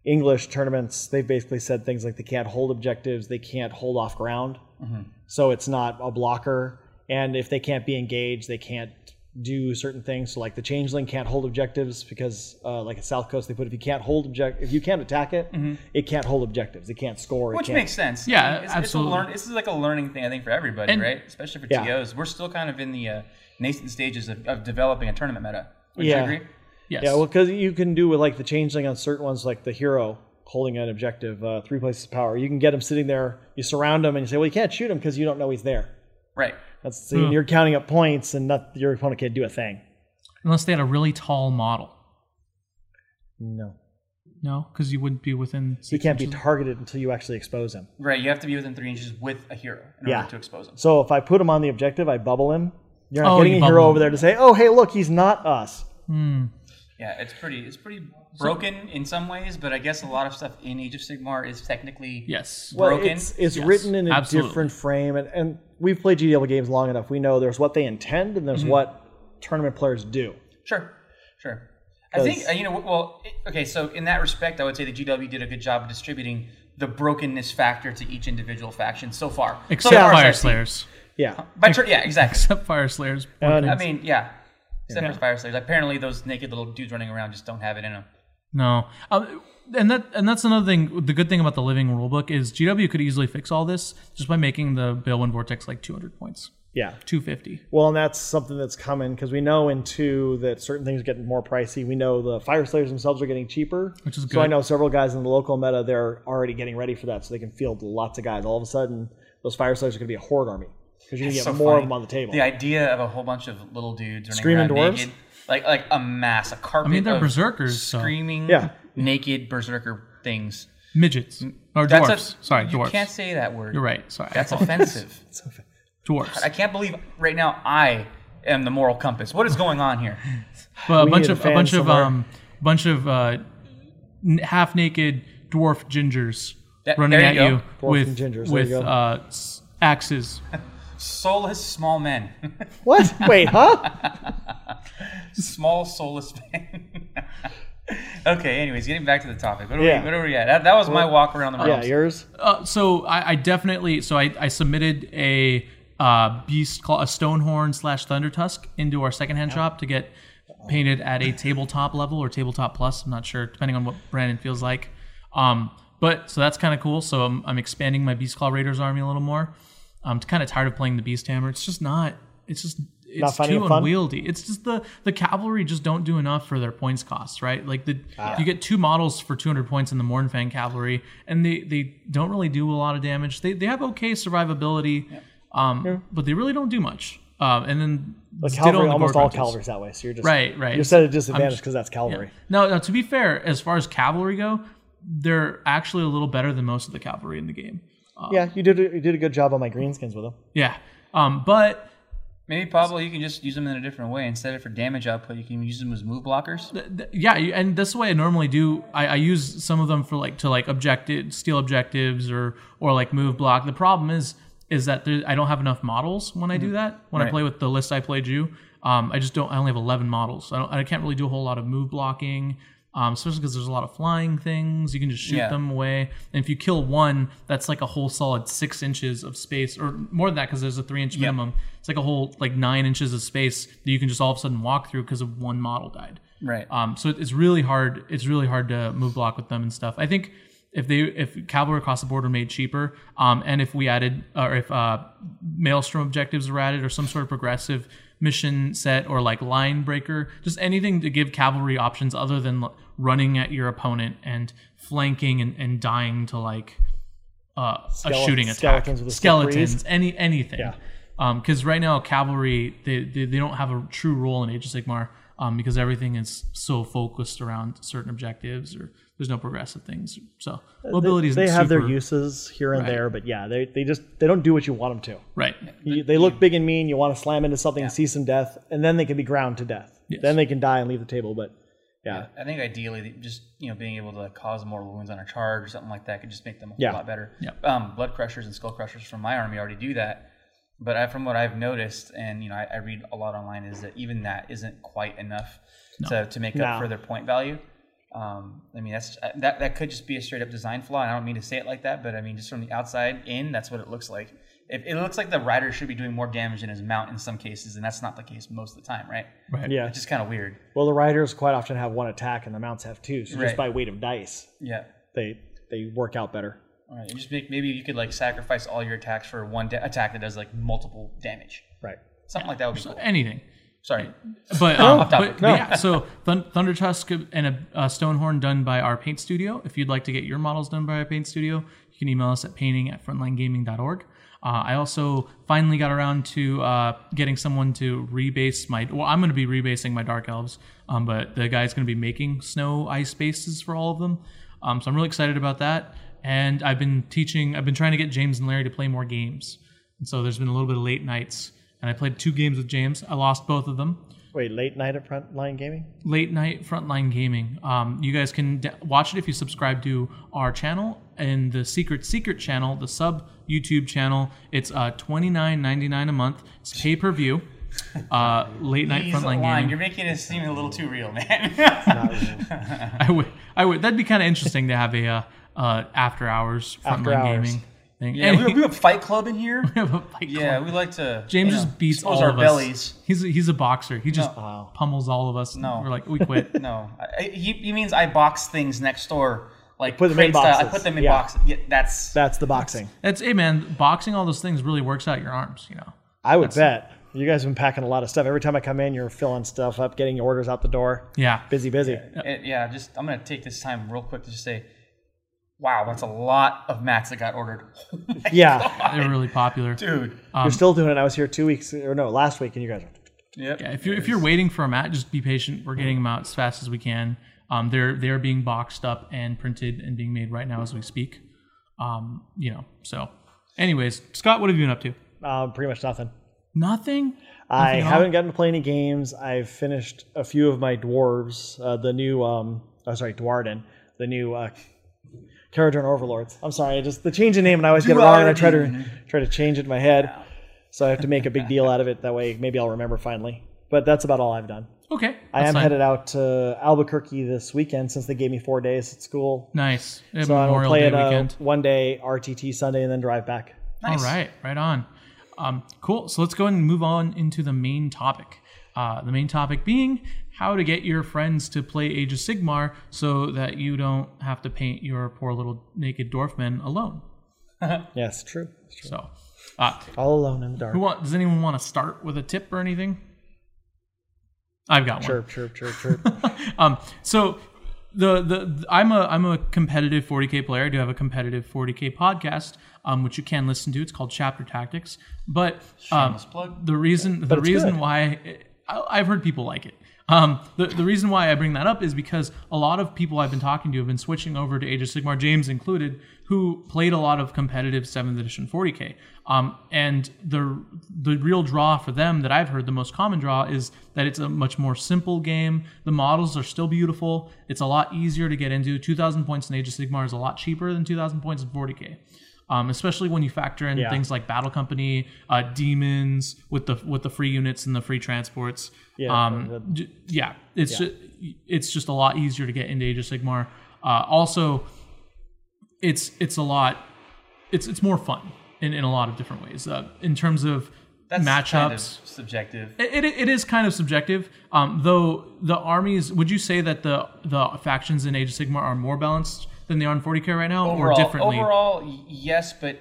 Speaker 2: english tournaments they've basically said things like they can't hold objectives they can't hold off ground
Speaker 4: Mm-hmm.
Speaker 2: so it's not a blocker and if they can't be engaged they can't do certain things so like the changeling can't hold objectives because uh, like at south coast they put if you can't hold object if you can't attack it it can't hold objectives it can't score it
Speaker 4: Mm-hmm. Which
Speaker 2: can't
Speaker 4: makes sense.
Speaker 3: Yeah,
Speaker 4: I mean, it's,
Speaker 3: absolutely.
Speaker 4: It's a learn, this is like a learning thing, I think, for everybody,
Speaker 3: And-
Speaker 4: right? Especially for
Speaker 2: Yeah.
Speaker 4: TOs. We're still kind of in the uh, nascent stages of, of developing a tournament meta. Would
Speaker 2: Yeah.
Speaker 4: you agree?
Speaker 3: Yes.
Speaker 2: Yeah, well, because you can do with like the changeling on certain ones, like the hero. holding an objective, uh, three places of power. You can get him sitting there. You surround him and you say, "Well, you can't shoot him because you don't know he's there."
Speaker 4: Right.
Speaker 2: That's so
Speaker 3: Hmm.
Speaker 2: you're counting up points, and not, your opponent can't do a thing.
Speaker 3: Unless they had a really tall model.
Speaker 2: No,
Speaker 3: No, because you wouldn't be within.
Speaker 2: he
Speaker 3: six
Speaker 2: can't be
Speaker 3: inches.
Speaker 2: targeted until you actually expose him.
Speaker 4: Right. You have to be within three inches with a hero in
Speaker 2: Yeah.
Speaker 4: order to expose him.
Speaker 2: So if I put him on the objective, I bubble him. You're not
Speaker 3: Oh,
Speaker 2: getting
Speaker 3: you
Speaker 2: a hero
Speaker 3: bubble
Speaker 2: over
Speaker 3: him.
Speaker 2: there to say, "Oh, hey, look, he's not us."
Speaker 3: Hmm.
Speaker 4: Yeah, it's pretty. It's pretty broken in some ways, but I guess a lot of stuff in Age of Sigmar is technically
Speaker 3: yes.
Speaker 2: Well,
Speaker 4: broken.
Speaker 2: It's, it's
Speaker 3: Yes,
Speaker 2: written in a
Speaker 3: absolutely.
Speaker 2: different frame, and, and we've played GDL games long enough. We know there's what they intend, and there's
Speaker 3: Mm-hmm.
Speaker 2: what tournament players do.
Speaker 4: Sure, sure. I think
Speaker 2: 'Cause-
Speaker 4: uh, you know. Well, it- okay. So in that respect, I would say the GW did a good job of distributing the brokenness factor to each individual faction so far.
Speaker 3: Except
Speaker 4: so far as
Speaker 3: fire
Speaker 4: I've seen.
Speaker 3: slayers.
Speaker 2: Yeah,
Speaker 4: By tur- yeah, exactly.
Speaker 3: Except fire slayers.
Speaker 4: I mean, yeah. Except for fire slayers. Apparently, those naked little dudes running around just don't have it in them.
Speaker 3: No, um, and that and that's another thing. The good thing about the living rulebook is GW could easily fix all this just by making the Billwin Vortex like 200 points,
Speaker 2: yeah.
Speaker 3: 250.
Speaker 2: Well, and that's something that's coming because we know in two that certain things are getting more pricey. We know the fire slayers themselves are getting cheaper,
Speaker 3: Which is
Speaker 2: So I
Speaker 3: good.
Speaker 2: know several guys in the local meta they're already getting ready for that, so they can field lots of guys. All of a sudden, those fire slayers are going to be a horde army because you're going to get
Speaker 4: so
Speaker 2: more of
Speaker 4: funny.
Speaker 2: them on the table.
Speaker 4: The idea of a whole bunch of little dudes running
Speaker 2: Screaming dwarves?
Speaker 4: around naked, like like a mass, a carpet.
Speaker 3: mean, they're
Speaker 4: of
Speaker 3: berserkers, so-
Speaker 4: screaming,
Speaker 2: Yeah.
Speaker 4: naked berserker things.
Speaker 3: Midgets or
Speaker 4: That's a-
Speaker 3: dwarfs. Sorry,
Speaker 4: you
Speaker 3: dwarfs.
Speaker 4: can't say that word.
Speaker 3: You're right. Sorry,
Speaker 4: That's offensive.
Speaker 3: dwarfs.
Speaker 4: I can't believe right now I am the moral compass. What is going on here?
Speaker 3: But a
Speaker 2: We
Speaker 3: bunch
Speaker 2: need a
Speaker 3: of a
Speaker 2: fan
Speaker 3: bunch of
Speaker 2: somewhere.
Speaker 3: um, bunch of uh, half naked dwarf gingers
Speaker 4: That-
Speaker 3: running
Speaker 4: there
Speaker 3: at
Speaker 4: you
Speaker 3: you
Speaker 2: go. Dwarf
Speaker 3: with
Speaker 2: and gingers, there
Speaker 3: with
Speaker 2: you go.
Speaker 3: uh, s- axes.
Speaker 4: Soulless small men.
Speaker 2: What? Wait, huh?
Speaker 4: small soulless men. okay, anyways, getting back to the topic. What are,
Speaker 2: Yeah.
Speaker 4: we, what are we at? That, that was my walk around the
Speaker 2: yeah,
Speaker 4: realms.
Speaker 2: yours.
Speaker 3: Uh, so I, I definitely so I, I submitted a uh, beast claw, a stonehorn slash thunder tusk into our secondhand shop to get painted at a tabletop level or tabletop plus. I'm not sure, depending on what Brandon feels like. Um, but so that's kind of cool. So I'm, I'm expanding my beast claw raiders army a little more. I'm kind of tired of playing the beast hammer. It's just not. It's just it's
Speaker 2: finding
Speaker 3: too
Speaker 2: it fun?
Speaker 3: unwieldy. It's just the the cavalry just don't do enough for their points costs, right? Like the you get two models for 200 points in the Mornfang cavalry, and they they don't really do a lot of damage. They they have okay survivability, um, but they really don't do much. Um, and then
Speaker 2: The
Speaker 3: ditto
Speaker 2: cavalry,
Speaker 3: on the
Speaker 2: almost
Speaker 3: board
Speaker 2: all
Speaker 3: rentals.
Speaker 2: cavalry's that way. So you're just
Speaker 3: Right, right.
Speaker 2: You're set at a disadvantage because that's cavalry.
Speaker 3: No, no. To be fair, as far as cavalry go, they're actually a little better than most of the cavalry in the game.
Speaker 2: Yeah, you did a, you did a good job on my greenskins with them.
Speaker 3: Yeah, um, but
Speaker 4: Maybe Pablo, you can just use them in a different way. Instead of for damage output, you can use them as move blockers.
Speaker 3: th- yeah, you- and that's the way I normally do. I, I use some of them for like to like objective, steal objectives, or or like move block. The problem is is that there, I don't have enough models when I do that. When I
Speaker 4: Mm-hmm. Right.
Speaker 3: play with the list I played you, um, I just don't. I only have eleven models. So I don't. I can't really do a whole lot of move blocking. Um, especially because there's a lot of flying things, you can just shoot
Speaker 4: Yeah.
Speaker 3: them away. And if you kill one, that's like a whole solid six inches of space, or more than that, because there's a three inch minimum. It's like a whole like nine inches of space that you can just all of a sudden walk through because of one model died.
Speaker 4: Right.
Speaker 3: Um, so it- it's really hard. It's really hard to move block with them and stuff. I think if they if cavalry across the board were made cheaper, um, and if we added or if uh, maelstrom objectives were added or some sort of progressive mission set or like line breaker, just anything to give cavalry options other than l- running at your opponent and flanking and, and dying to like uh,
Speaker 2: Skele-
Speaker 3: a shooting attack.
Speaker 2: skeletons with a stiff breeze.
Speaker 3: Skeletons, any anything. Because right now cavalry they, they they don't have a true role in Age of Sigmar um, because everything is so focused around certain objectives or there's no progressive things. So mobility is
Speaker 2: Uh, They have their
Speaker 3: super-
Speaker 2: uses here and there, but yeah, they, they just they don't do what you want them to.
Speaker 3: right.
Speaker 2: You, they look big and mean. You want to slam into something, see some death, and then they can be ground to death. Then they can die and leave the table. But yeah,
Speaker 4: I think ideally, that just you know, being able to cause mortal wounds on a charge or something like that could just make them a whole
Speaker 2: Yeah.
Speaker 4: lot better.
Speaker 3: Yeah.
Speaker 4: Um, blood crushers and skull crushers from my army already do that, but I, from what I've noticed, and you know, I, I read a lot online, is that even that isn't quite enough to, to make
Speaker 2: No.
Speaker 4: up for their point value. Um, I mean, that's that that could just be a straight up design flaw, and I don't mean to say it like that, but I mean just from the outside in, that's what it looks like. If it looks like the rider should be doing more damage than his mount in some cases, and that's not the case most of the time, right?
Speaker 3: Right.
Speaker 2: yeah.
Speaker 4: It's just kind of weird.
Speaker 2: Well, the riders quite often have one attack, and the mounts have two. So just
Speaker 4: Right.
Speaker 2: by weight of dice,
Speaker 4: Yeah.
Speaker 2: they they work out better.
Speaker 4: All right, you just make, maybe you could like sacrifice all your attacks for one da- attack that does like multiple damage.
Speaker 2: Right.
Speaker 4: Something like that would be cool.
Speaker 3: Anything.
Speaker 4: Sorry.
Speaker 3: But, um,
Speaker 4: Off topic.
Speaker 3: but yeah, so Thun- Thunder Tusk and a, a Stonehorn done by our paint studio. If you'd like to get your models done by our paint studio, you can email us at painting at frontlinegaming.org. Uh, I also finally got around to uh, getting someone to rebase my. Well, I'm going to be rebasing my Dark Elves, um, but the guy's going to be making snow ice bases for all of them. Um, so I'm really excited about that. And I've been teaching, I've been trying to get James and Larry to play more games. And so there's been a little bit of late nights. And I played two games with James. I lost both of them
Speaker 2: Wait, late night at Frontline Gaming?
Speaker 3: late night frontline gaming um, you guys can d- watch it if you subscribe to our channel and the secret secret channel the sub youtube channel it's uh, 29.99 a month it's pay per view uh, late night
Speaker 4: He's
Speaker 3: frontline
Speaker 4: lying. You're
Speaker 3: gaming
Speaker 4: making it seem a little too real, man.
Speaker 3: i would i would that'd be kind of interesting to have a uh, uh, after hours frontline
Speaker 2: After hours.
Speaker 3: gaming thing
Speaker 4: yeah, we, we have Fight Club in here.
Speaker 3: yeah
Speaker 4: Yeah, we like to.
Speaker 3: James
Speaker 4: you know,
Speaker 3: just beats
Speaker 4: expose
Speaker 3: all
Speaker 4: our
Speaker 3: of
Speaker 4: bellies.
Speaker 3: us. He's a, he's a boxer. He just
Speaker 2: Wow.
Speaker 3: pummels all of us. and
Speaker 4: No.
Speaker 3: we're like we quit.
Speaker 4: No, I, I- he, he means I box things next door. Like
Speaker 2: put them in
Speaker 4: crate style. I
Speaker 2: boxes.
Speaker 4: put them in
Speaker 2: Yeah.
Speaker 4: boxes. Yeah, that's
Speaker 2: That's the boxing.
Speaker 3: That's hey man, boxing all those things really works out your arms. You know.
Speaker 2: I would bet. You guys have been packing a lot of stuff. Every time I come in, you're filling stuff up, getting your orders out the door.
Speaker 3: Yeah.
Speaker 2: Busy, busy.
Speaker 4: it- yeah. Just I'm gonna take this time real quick to just say, wow, that's a lot of mats that got ordered.
Speaker 2: Yeah.
Speaker 3: They're really popular.
Speaker 4: Dude,
Speaker 2: You're still doing it. I was here two weeks, or no, last week, and you guys are,
Speaker 4: yep.
Speaker 3: Yeah, if you're if you're waiting for them out, just be patient. We're getting them out as fast as we can. Um, they're they're being boxed up and printed and being made right now as we speak. Um, you know. So, anyways, Scott, what have you been up to?
Speaker 2: uh, pretty much nothing.
Speaker 3: Nothing.
Speaker 2: I
Speaker 3: at all?
Speaker 2: haven't gotten to play any games. I've finished a few of my dwarves, uh, the new, um, oh, sorry, Dwarden, the new uh, Caradron Overlords. I'm sorry, I just the change in name, and I always get it wrong, and I try to try to change it in my head, so I have to make a big deal out of it. That way, maybe I'll remember finally. But that's about all I've done.
Speaker 3: Okay.
Speaker 2: I
Speaker 3: that's
Speaker 2: am
Speaker 3: fine.
Speaker 2: headed out to Albuquerque this weekend since they gave me four days at school.
Speaker 3: Nice. Uh,
Speaker 2: So I'll
Speaker 3: Memorial
Speaker 2: play
Speaker 3: Day
Speaker 2: it uh,
Speaker 3: weekend.
Speaker 2: one day RTT Sunday and then drive back.
Speaker 3: All right, right on. Um, cool. So let's go ahead and move on into the main topic. Uh, the main topic being how to get your friends to play Age of Sigmar so that you don't have to paint your poor little naked dwarfman alone.
Speaker 2: Yes, true.
Speaker 3: So, uh,
Speaker 2: All alone in the dark.
Speaker 3: who want, does anyone want to start with a tip or anything? I've got one.
Speaker 2: Chirp, chirp, chirp, chirp.
Speaker 3: Um, so the, the the- I'm a I'm a competitive 40k player. I do have a competitive 40k podcast, um, which you can listen to. It's called Chapter Tactics. But um,
Speaker 4: plug.
Speaker 3: the reason the
Speaker 2: it's
Speaker 3: reason
Speaker 2: good.
Speaker 3: why I, I've heard people like it. Um, the, the reason why I bring that up is because a lot of people I've been talking to have been switching over to Age of Sigmar, James included, who played a lot of competitive 7th edition 40k. Um, and the the real draw for them that I've heard, the most common draw, is that it's a much more simple game. The models are still beautiful. It's a lot easier to get into. 2,000 points in Age of Sigmar is a lot cheaper than 2,000 points in 40k. Um, especially when you factor in things like Battle Company, uh, demons with the with the free units and the free transports.
Speaker 2: Yeah,
Speaker 3: um,
Speaker 2: the-
Speaker 3: d- yeah, it's ju- it's just a lot easier to get into Age of Sigmar. Uh, also, it's it's a lot it's it's more fun in, in a lot of different ways. Uh, in terms of
Speaker 4: That's
Speaker 3: matchups,
Speaker 4: kind of subjective.
Speaker 3: it, it, it is kind of subjective. Um, though the armies, would you say that the the factions in Age of Sigmar are more balanced than they are in 40k right now,
Speaker 4: Overall,
Speaker 3: or differently?
Speaker 4: overall, y- yes, but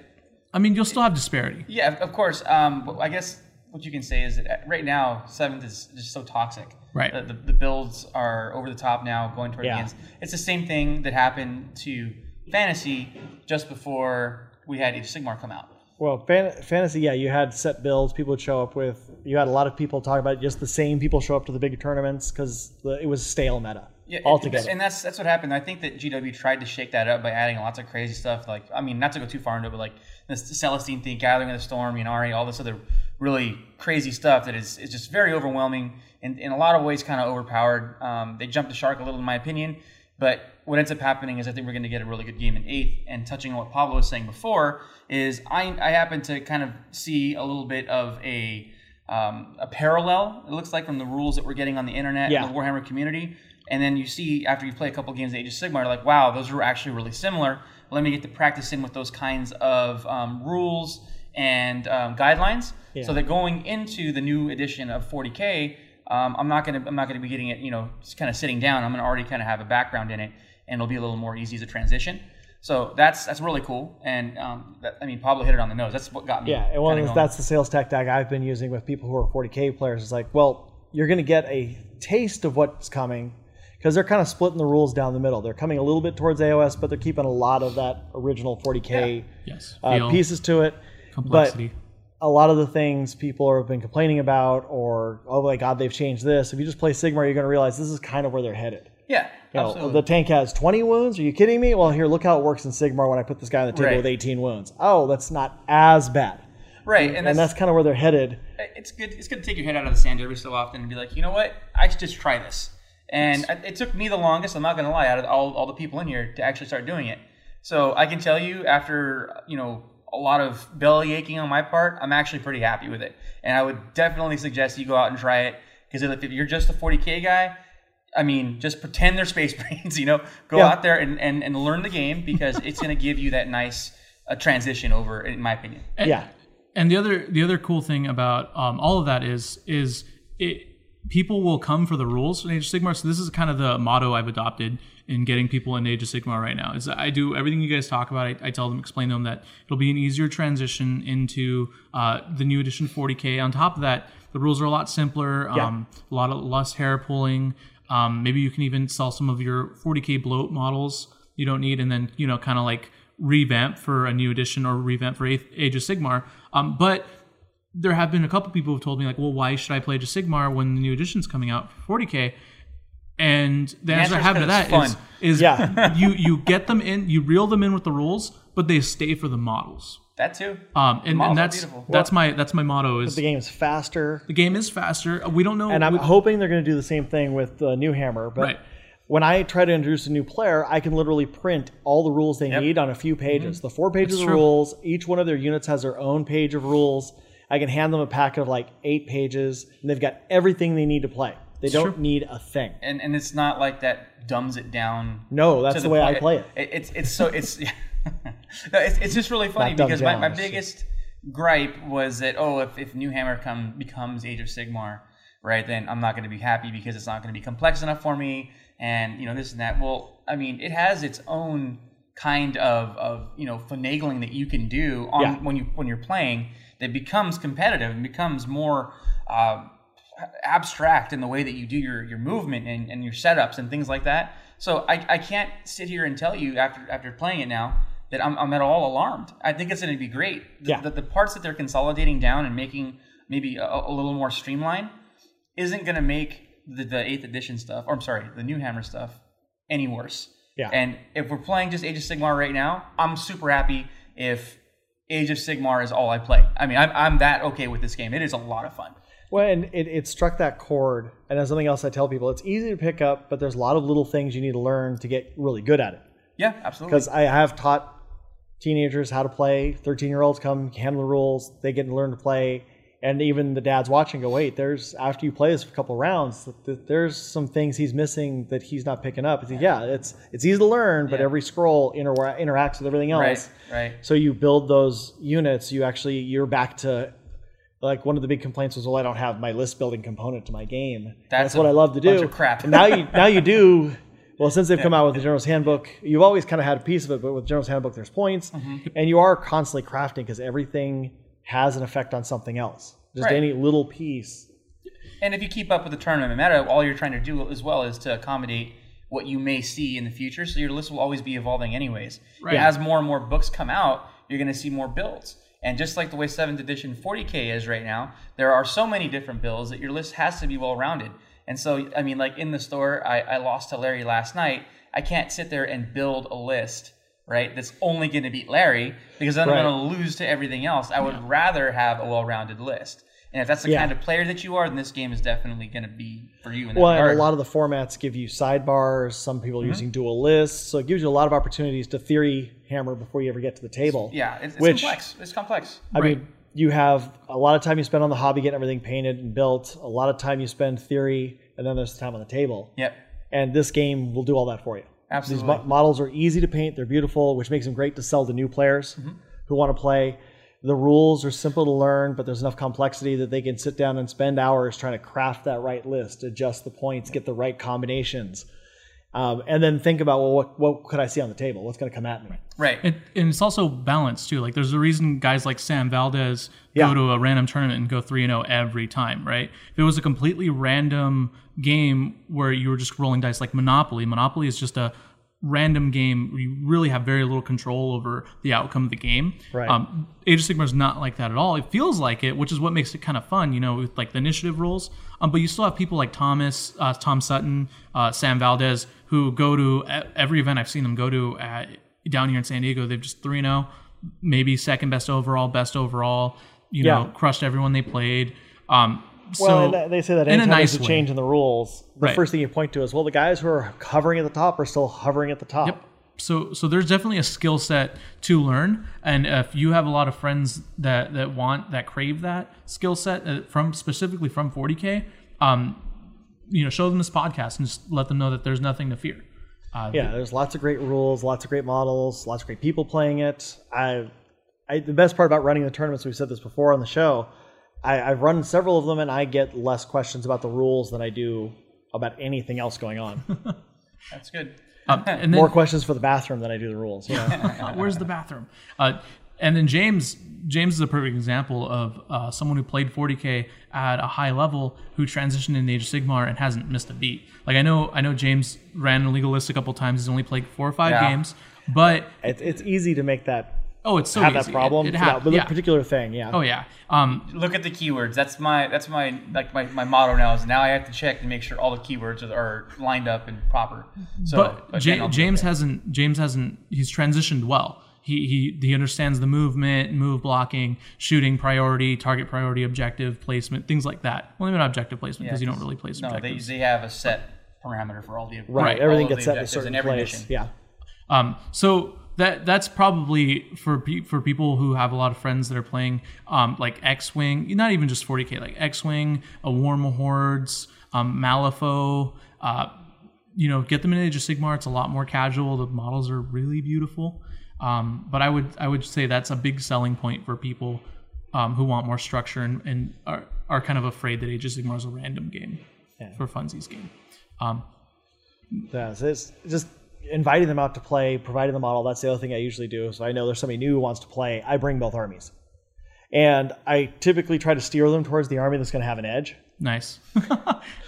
Speaker 3: I mean, you'll still have disparity.
Speaker 4: yeah, of- of course. Um, but I guess what you can say is that uh, right now, seventh is just so toxic.
Speaker 3: Right.
Speaker 4: The, the, the builds are over the top now, going toward
Speaker 2: Yeah.
Speaker 4: the ends. It's the same thing that happened to fantasy just before we had Age of Sigmar come out.
Speaker 2: Well, fan- fantasy, yeah, you had set builds. People would show up with. You had a lot of people talk about just the same people show up to the big tournaments because it was stale meta
Speaker 4: Yeah, it-
Speaker 2: altogether.
Speaker 4: And that's that's what happened. I think that GW tried to shake that up by adding lots of crazy stuff. Like, I mean, not to go too far into it, but like the Celestine thing, Gathering of the Storm, Unari, all this other really crazy stuff that is, is just very overwhelming and in a lot of ways kind of overpowered. Um, they jumped the shark a little, in my opinion. But what ends up happening is I think we're going to get a really good game in eighth. And touching on what Pablo was saying before, is I, I happen to kind of see a little bit of a um, a parallel. It looks like from the rules that we're getting on the internet
Speaker 2: Yeah.
Speaker 4: and the Warhammer community. And then you see after you play a couple games of Age of Sigmar, you're like, wow, those were actually really similar. Let me get to practice in with those kinds of um, rules and um, guidelines, so that going into the new edition of 40k, um, I'm not gonna I'm not gonna be getting it, you know, just kind of sitting down. I'm gonna already kind of have a background in it, and it'll be a little more easy as a transition. So that's that's really cool, and um, that, I mean Pablo hit it on the nose. That's what got me.
Speaker 2: yeah, and one
Speaker 4: kinda
Speaker 2: is
Speaker 4: going.
Speaker 2: that's the sales tactic I've been using with people who are 40k players. It's like, well, you're going to get a taste of what's coming because they're kind of splitting the rules down the middle. They're coming a little bit towards AOS, but they're keeping a lot of that original 40k
Speaker 3: Yes.
Speaker 2: uh,
Speaker 3: Feel,
Speaker 2: pieces to it.
Speaker 3: complexity.
Speaker 2: a lot of the things people have been complaining about, or oh my god, they've changed this. If you just play Sigmar, you're going to realize this is kind of where they're headed.
Speaker 4: Yeah,
Speaker 2: You know,
Speaker 4: absolutely.
Speaker 2: the tank has 20 wounds. Are you kidding me? Well, here, look how it works in Sigmar when I put this guy on the table
Speaker 4: Right.
Speaker 2: with 18 wounds. Oh, that's not as bad.
Speaker 4: right, and,
Speaker 2: And that's kind of where they're headed.
Speaker 4: it's good it's good to take your head out of the sand every so often and be like, you know what, I should just try this. And I- it took me the longest, I'm not gonna lie, out of all, all the people in here to actually start doing it. So I can tell you after you know a lot of belly aching on my part, I'm actually pretty happy with it. And I would definitely suggest you go out and try it because if you're just a 40k guy, I mean, just pretend they're space brains, you know, go
Speaker 2: Yeah.
Speaker 4: out there and, and, and learn the game because it's gonna give you that nice uh, transition over, in my opinion.
Speaker 3: And-
Speaker 2: Yeah.
Speaker 3: And the other the other cool thing about um, all of that is is it people will come for the rules in Age of Sigmar. So this is kind of the motto I've adopted in getting people in Age of Sigmar right now. Is that I do everything you guys talk about. I, I tell them, explain to them that it'll be an easier transition into uh, the new edition 40k. On top of that, the rules are a lot simpler. Um, a lot of less hair pulling. Um, maybe you can even sell some of your 40k bloat models you don't need, and then you know kind of like revamp for a new edition or revamp for Ath- Age of Sigmar. Um, but there have been a couple people who've told me like, well, why should I play Age of Sigmar when the new edition's coming out for 40k? And the, answer I
Speaker 4: answer's
Speaker 3: have to
Speaker 4: 'cause it's
Speaker 3: that is,
Speaker 4: fun.
Speaker 3: is
Speaker 2: Yeah.
Speaker 3: you you get them in, you reel them in with the rules, but they stay for the models.
Speaker 4: That too.
Speaker 3: Um, and,
Speaker 4: Models are
Speaker 3: and that's
Speaker 4: beautiful.
Speaker 3: that's my that's my motto is
Speaker 2: The game's faster.
Speaker 3: the game is faster. We don't know.
Speaker 2: And I'm
Speaker 3: we-
Speaker 2: hoping they're going to do the same thing with uh, New Hammer. But
Speaker 3: Right.
Speaker 2: when I try to introduce a new player, I can literally print all the rules they need on a few pages. The four pages of
Speaker 3: true.
Speaker 2: rules. Each one of their units has their own page of rules. I can hand them a pack of like eight pages, and they've got everything they need to play. They don't need a thing.
Speaker 4: and and it's not like that dumbs it down.
Speaker 2: No, that's
Speaker 4: to
Speaker 2: the way I
Speaker 4: point-
Speaker 2: play it.
Speaker 4: It's it's so it's no, it's, it's just really funny
Speaker 2: Not dumbed
Speaker 4: because my,
Speaker 2: down,
Speaker 4: my
Speaker 2: it's just-
Speaker 4: biggest gripe was that oh if if New Hammer come becomes Age of Sigmar right then I'm not going to be happy because it's not going to be complex enough for me and you know this and that. Well, I mean it has its own kind of of you know finagling that you can do on
Speaker 2: Yeah.
Speaker 4: when you when you're playing that becomes competitive and becomes more. Uh, abstract in the way that you do your, your movement and, and your setups and things like that. So I, I can't sit here and tell you after after playing it now that I'm, I'm at all alarmed. I think it's going to be great. The,
Speaker 2: Yeah.
Speaker 4: the, the parts that they're consolidating down and making maybe a, a little more streamlined isn't going to make the, the eighth edition stuff, or I'm sorry, the new Hammer stuff, any worse.
Speaker 2: Yeah.
Speaker 4: And if we're playing just Age of Sigmar right now, I'm super happy if Age of Sigmar is all I play. I mean, I'm, I'm that okay with this game. It is a lot of fun.
Speaker 2: Well, and it, it struck that chord. And that's something else I tell people it's easy to pick up, but there's a lot of little things you need to learn to get really good at it.
Speaker 4: Yeah, absolutely.
Speaker 2: Because I have taught teenagers how to play, 13 year olds come handle the rules, they get to learn to play. And even the dads watching go, wait, there's, after you play this for a couple rounds, th- th- there's some things he's missing that he's not picking up. It's, yeah, it's it's easy to learn, but
Speaker 4: Yeah.
Speaker 2: every scroll inter- interacts with everything else.
Speaker 4: Right, right.
Speaker 2: So you build those units, you actually, you're back to like one of the big complaints was, well, I don't have my list building component to my game. And That's,
Speaker 4: That's
Speaker 2: what
Speaker 4: a
Speaker 2: I love to do.
Speaker 4: bunch of crap.
Speaker 2: And now you now you do. Well, since they've come out with the General's Handbook, you've always kind of had a piece of it, but with General's Handbook, there's points,
Speaker 4: Mm-hmm.
Speaker 2: and you are constantly crafting because everything has an effect on something else. Just
Speaker 4: Right.
Speaker 2: any little piece.
Speaker 4: And if you keep up with the tournament meta, all you're trying to do as well is to accommodate what you may see in the future. So your list will always be evolving, anyways. Right. As more and more books come out, you're going to see more builds. And just like the way 7th edition 40K is right now, there are so many different builds that your list has to be well rounded. And so, I mean, like in the store, I, I lost to Larry last night. I can't sit there and build a list, right, that's only going to beat Larry because then
Speaker 2: Right.
Speaker 4: I'm going to lose to everything else. I would rather have a well rounded list. And if that's the
Speaker 2: Yeah.
Speaker 4: kind of player that you are, then this game is definitely going to be for you. In that
Speaker 2: Well, and
Speaker 4: regard.
Speaker 2: a lot of the formats give you sidebars. Some people
Speaker 4: Mm-hmm.
Speaker 2: are using dual lists, so it gives you a lot of opportunities to theory hammer before you ever get to the table.
Speaker 4: yeah, it's, it's
Speaker 2: which-
Speaker 4: complex. It's complex.
Speaker 2: I mean, you have a lot of time you spend on the hobby getting everything painted and built, a lot of time you spend theory, and then there's the time on the table.
Speaker 4: Yep.
Speaker 2: And this game will do all that for you.
Speaker 4: Absolutely.
Speaker 2: These mo- models are easy to paint, they're beautiful, which makes them great to sell to new players who want to play. The rules are simple to learn, but there's enough complexity that they can sit down and spend hours trying to craft that right list, adjust the points, get the right combinations. um, and then think about well, what what could I see on the table? What's going to come at me?
Speaker 4: Right.
Speaker 3: It, and it's also balanced too. Like there's a reason guys like Sam Valdez
Speaker 2: Yeah.
Speaker 3: go to a random tournament and go three and zero every time, right? If it was a completely random game where you were just rolling dice, like Monopoly, Monopoly is just a random game where you really have very little control over the outcome of the game.
Speaker 2: Right.
Speaker 3: Um, Age of Sigmar is not like that at all. It feels like it, which is what makes it kind of fun, you know, with like the initiative rules. Um, but you still have people like Thomas, uh, Tom Sutton, uh, Sam Valdez, who go to e- every event I've seen them go to at, down here in San Diego. They've just 3 0, maybe second best overall, best overall, you
Speaker 2: Yeah.
Speaker 3: know, crushed everyone they played. Um,
Speaker 2: Well,
Speaker 3: so
Speaker 2: and they say that
Speaker 3: in a
Speaker 2: anytime
Speaker 3: nice
Speaker 2: there's a
Speaker 3: way.
Speaker 2: change in the rules, the
Speaker 3: Right.
Speaker 2: first thing you point to is well, the guys who are hovering at the top are still hovering at the top.
Speaker 3: Yep. So so there's definitely a skill set to learn, and if you have a lot of friends that that want that crave that skill set uh, from specifically from 40k, um, you know, show them this podcast and just let them know that there's nothing to fear. Uh,
Speaker 2: Yeah, there's lots of great rules, lots of great models, lots of great people playing it. I, I the best part about running the tournaments, we've said this before on the show. I, I've run several of them, and I get less questions about the rules than I do about anything else going on.
Speaker 4: That's good.
Speaker 3: um, and then,
Speaker 2: More questions for the bathroom than I do the rules. you know?
Speaker 3: Uh, where's the bathroom? Uh, and then James, James is a perfect example of uh, someone who played 40k at a high level who transitioned into Age of Sigmar and hasn't missed a beat. Like I know, I know James ran legal list a couple times. He's only played four or five
Speaker 4: Yeah.
Speaker 3: games, but
Speaker 2: It's it's easy to make that
Speaker 3: oh, it's so
Speaker 2: have
Speaker 3: easy.
Speaker 2: that problem
Speaker 3: It, it
Speaker 2: for
Speaker 3: hap-
Speaker 2: that with
Speaker 3: yeah.
Speaker 2: a particular thing. Yeah.
Speaker 3: Oh yeah. Um,
Speaker 4: Look at the keywords. That's my that's my like my, my motto now is now I have to check and make sure all the keywords are, are lined up and proper.
Speaker 2: Mhm.
Speaker 4: So
Speaker 3: but
Speaker 4: again,
Speaker 3: Ja-
Speaker 4: I'll-
Speaker 3: James hasn't. James hasn't. He's transitioned well. He, he he understands the movement, move blocking, shooting priority, target priority, objective placement, things like that. Well, maybe not objective placement because you don't really place
Speaker 4: no, they,
Speaker 3: objectives.
Speaker 4: they have a set parameter for all the
Speaker 2: Right.
Speaker 3: Right.
Speaker 2: Everything
Speaker 4: all of
Speaker 2: gets
Speaker 4: the
Speaker 2: set in a
Speaker 4: objectives
Speaker 2: certain
Speaker 4: in every
Speaker 2: place.
Speaker 4: mission.
Speaker 2: Yeah.
Speaker 3: Um, so that that's probably for pe- for people who have a lot of friends that are playing um, like X Wing, not even just 40k, like X Wing, a Warm Hordes, um, Malifaux. Uh, you know, get them in Age of Sigmar. It's a lot more casual. The models are really beautiful. Um, but I would I would say that's a big selling point for people um, who want more structure and, and are, are kind of afraid that Age of Sigmar is a random game for funsies game. Um,
Speaker 2: Yeah, so it's just inviting them out to play, providing the model. That's the other thing I usually do. So I know there's somebody new who wants to play. I bring both armies, and I typically try to steer them towards the army that's going to have an edge.
Speaker 3: Nice.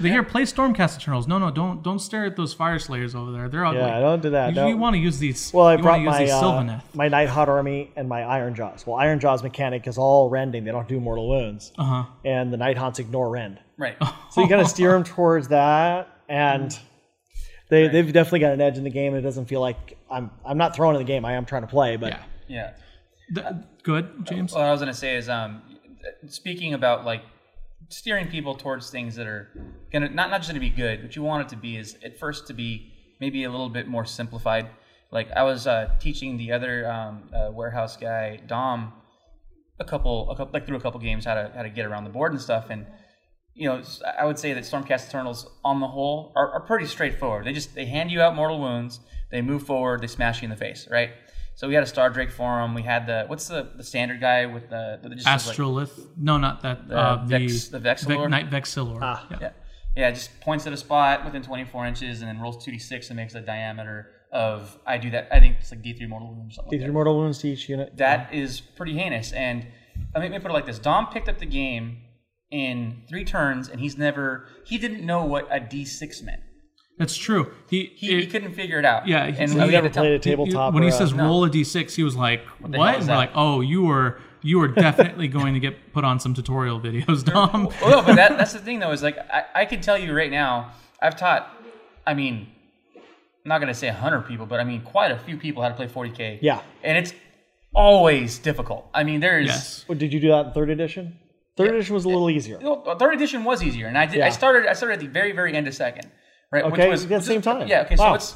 Speaker 3: they hear play Stormcast Eternals. No, no, don't don't stare at those Fire Slayers over there. They're ugly.
Speaker 2: Yeah, don't do that.
Speaker 3: You,
Speaker 2: no.
Speaker 3: want to use these.
Speaker 2: well, I
Speaker 3: you
Speaker 2: brought
Speaker 3: want to use
Speaker 2: my
Speaker 3: these
Speaker 2: uh,
Speaker 3: Sylvaneth.
Speaker 2: my Nighthawk army and my Iron Jaws. Well, Iron Jaws mechanic is all rending; they don't do mortal wounds,
Speaker 3: Uh-huh.
Speaker 2: and the Night Haunts ignore rend.
Speaker 4: Right.
Speaker 2: So you kind of steer them towards that, and they they've definitely got an edge in the game. It doesn't feel like I'm I'm not throwing in the game. I am trying to play, but
Speaker 3: Yeah.
Speaker 4: Yeah.
Speaker 3: Th- good, James.
Speaker 4: What I was gonna say is, um, speaking about like steering people towards things that are gonna not not just gonna be good, but you want it to be is at first to be maybe a little bit more simplified. Like I was uh, teaching the other um, uh, warehouse guy Dom a couple, a couple like through a couple games how to how to get around the board and stuff, and you know s- I would say that Stormcast Eternals on the whole are, are pretty straightforward. They just they hand you out mortal wounds, they move forward, they smash you in the face, right? So we had a Star Drake forum. We had the what's the the standard guy with the, the just says, like,
Speaker 3: Astrolith. no, not that. uh, the
Speaker 4: Vex- the Vexilor?
Speaker 3: Night Vexilor.
Speaker 2: Ah.
Speaker 3: yeah.
Speaker 4: Yeah. Yeah, just points at a spot within 24 inches and then rolls 2d6 and makes a diameter of, I do that, I think it's like d3 mortal wound or something.
Speaker 2: three
Speaker 4: Like
Speaker 2: mortal wounds to each unit.
Speaker 4: that. that is pretty heinous. And I mean, let me put it like this Dom picked up the game in three turns and he's never, he didn't know what a d6 meant.
Speaker 3: That's true. He,
Speaker 4: He, he
Speaker 3: it-
Speaker 4: couldn't figure it out.
Speaker 3: Yeah, he-
Speaker 4: and
Speaker 3: he's
Speaker 4: we had
Speaker 2: never
Speaker 4: to tell-
Speaker 2: played a
Speaker 3: he-
Speaker 2: tabletop.
Speaker 3: When he
Speaker 2: or a-
Speaker 3: says roll a d6, he was like, "What?"
Speaker 4: the hell
Speaker 3: And
Speaker 4: is
Speaker 3: we're
Speaker 4: that?
Speaker 3: like, "Oh, you were you were definitely going to get put on some tutorial videos, Dom."
Speaker 4: well, no, but that, that's the thing though is like I, I can tell you right now i've taught i mean i'm not going to say 100 people but i mean quite a few people how to play 40k
Speaker 2: Yeah.
Speaker 4: and it's always difficult i mean there is
Speaker 3: yes.
Speaker 2: Well, did you do that in third edition? Third edition was a little easier.
Speaker 4: you know, third edition was easier and i did
Speaker 2: Yeah.
Speaker 4: i started i started at the very very end of second right
Speaker 2: Okay,
Speaker 4: was
Speaker 2: you did at the same time.
Speaker 4: yeah okay
Speaker 2: Wow.
Speaker 4: so it's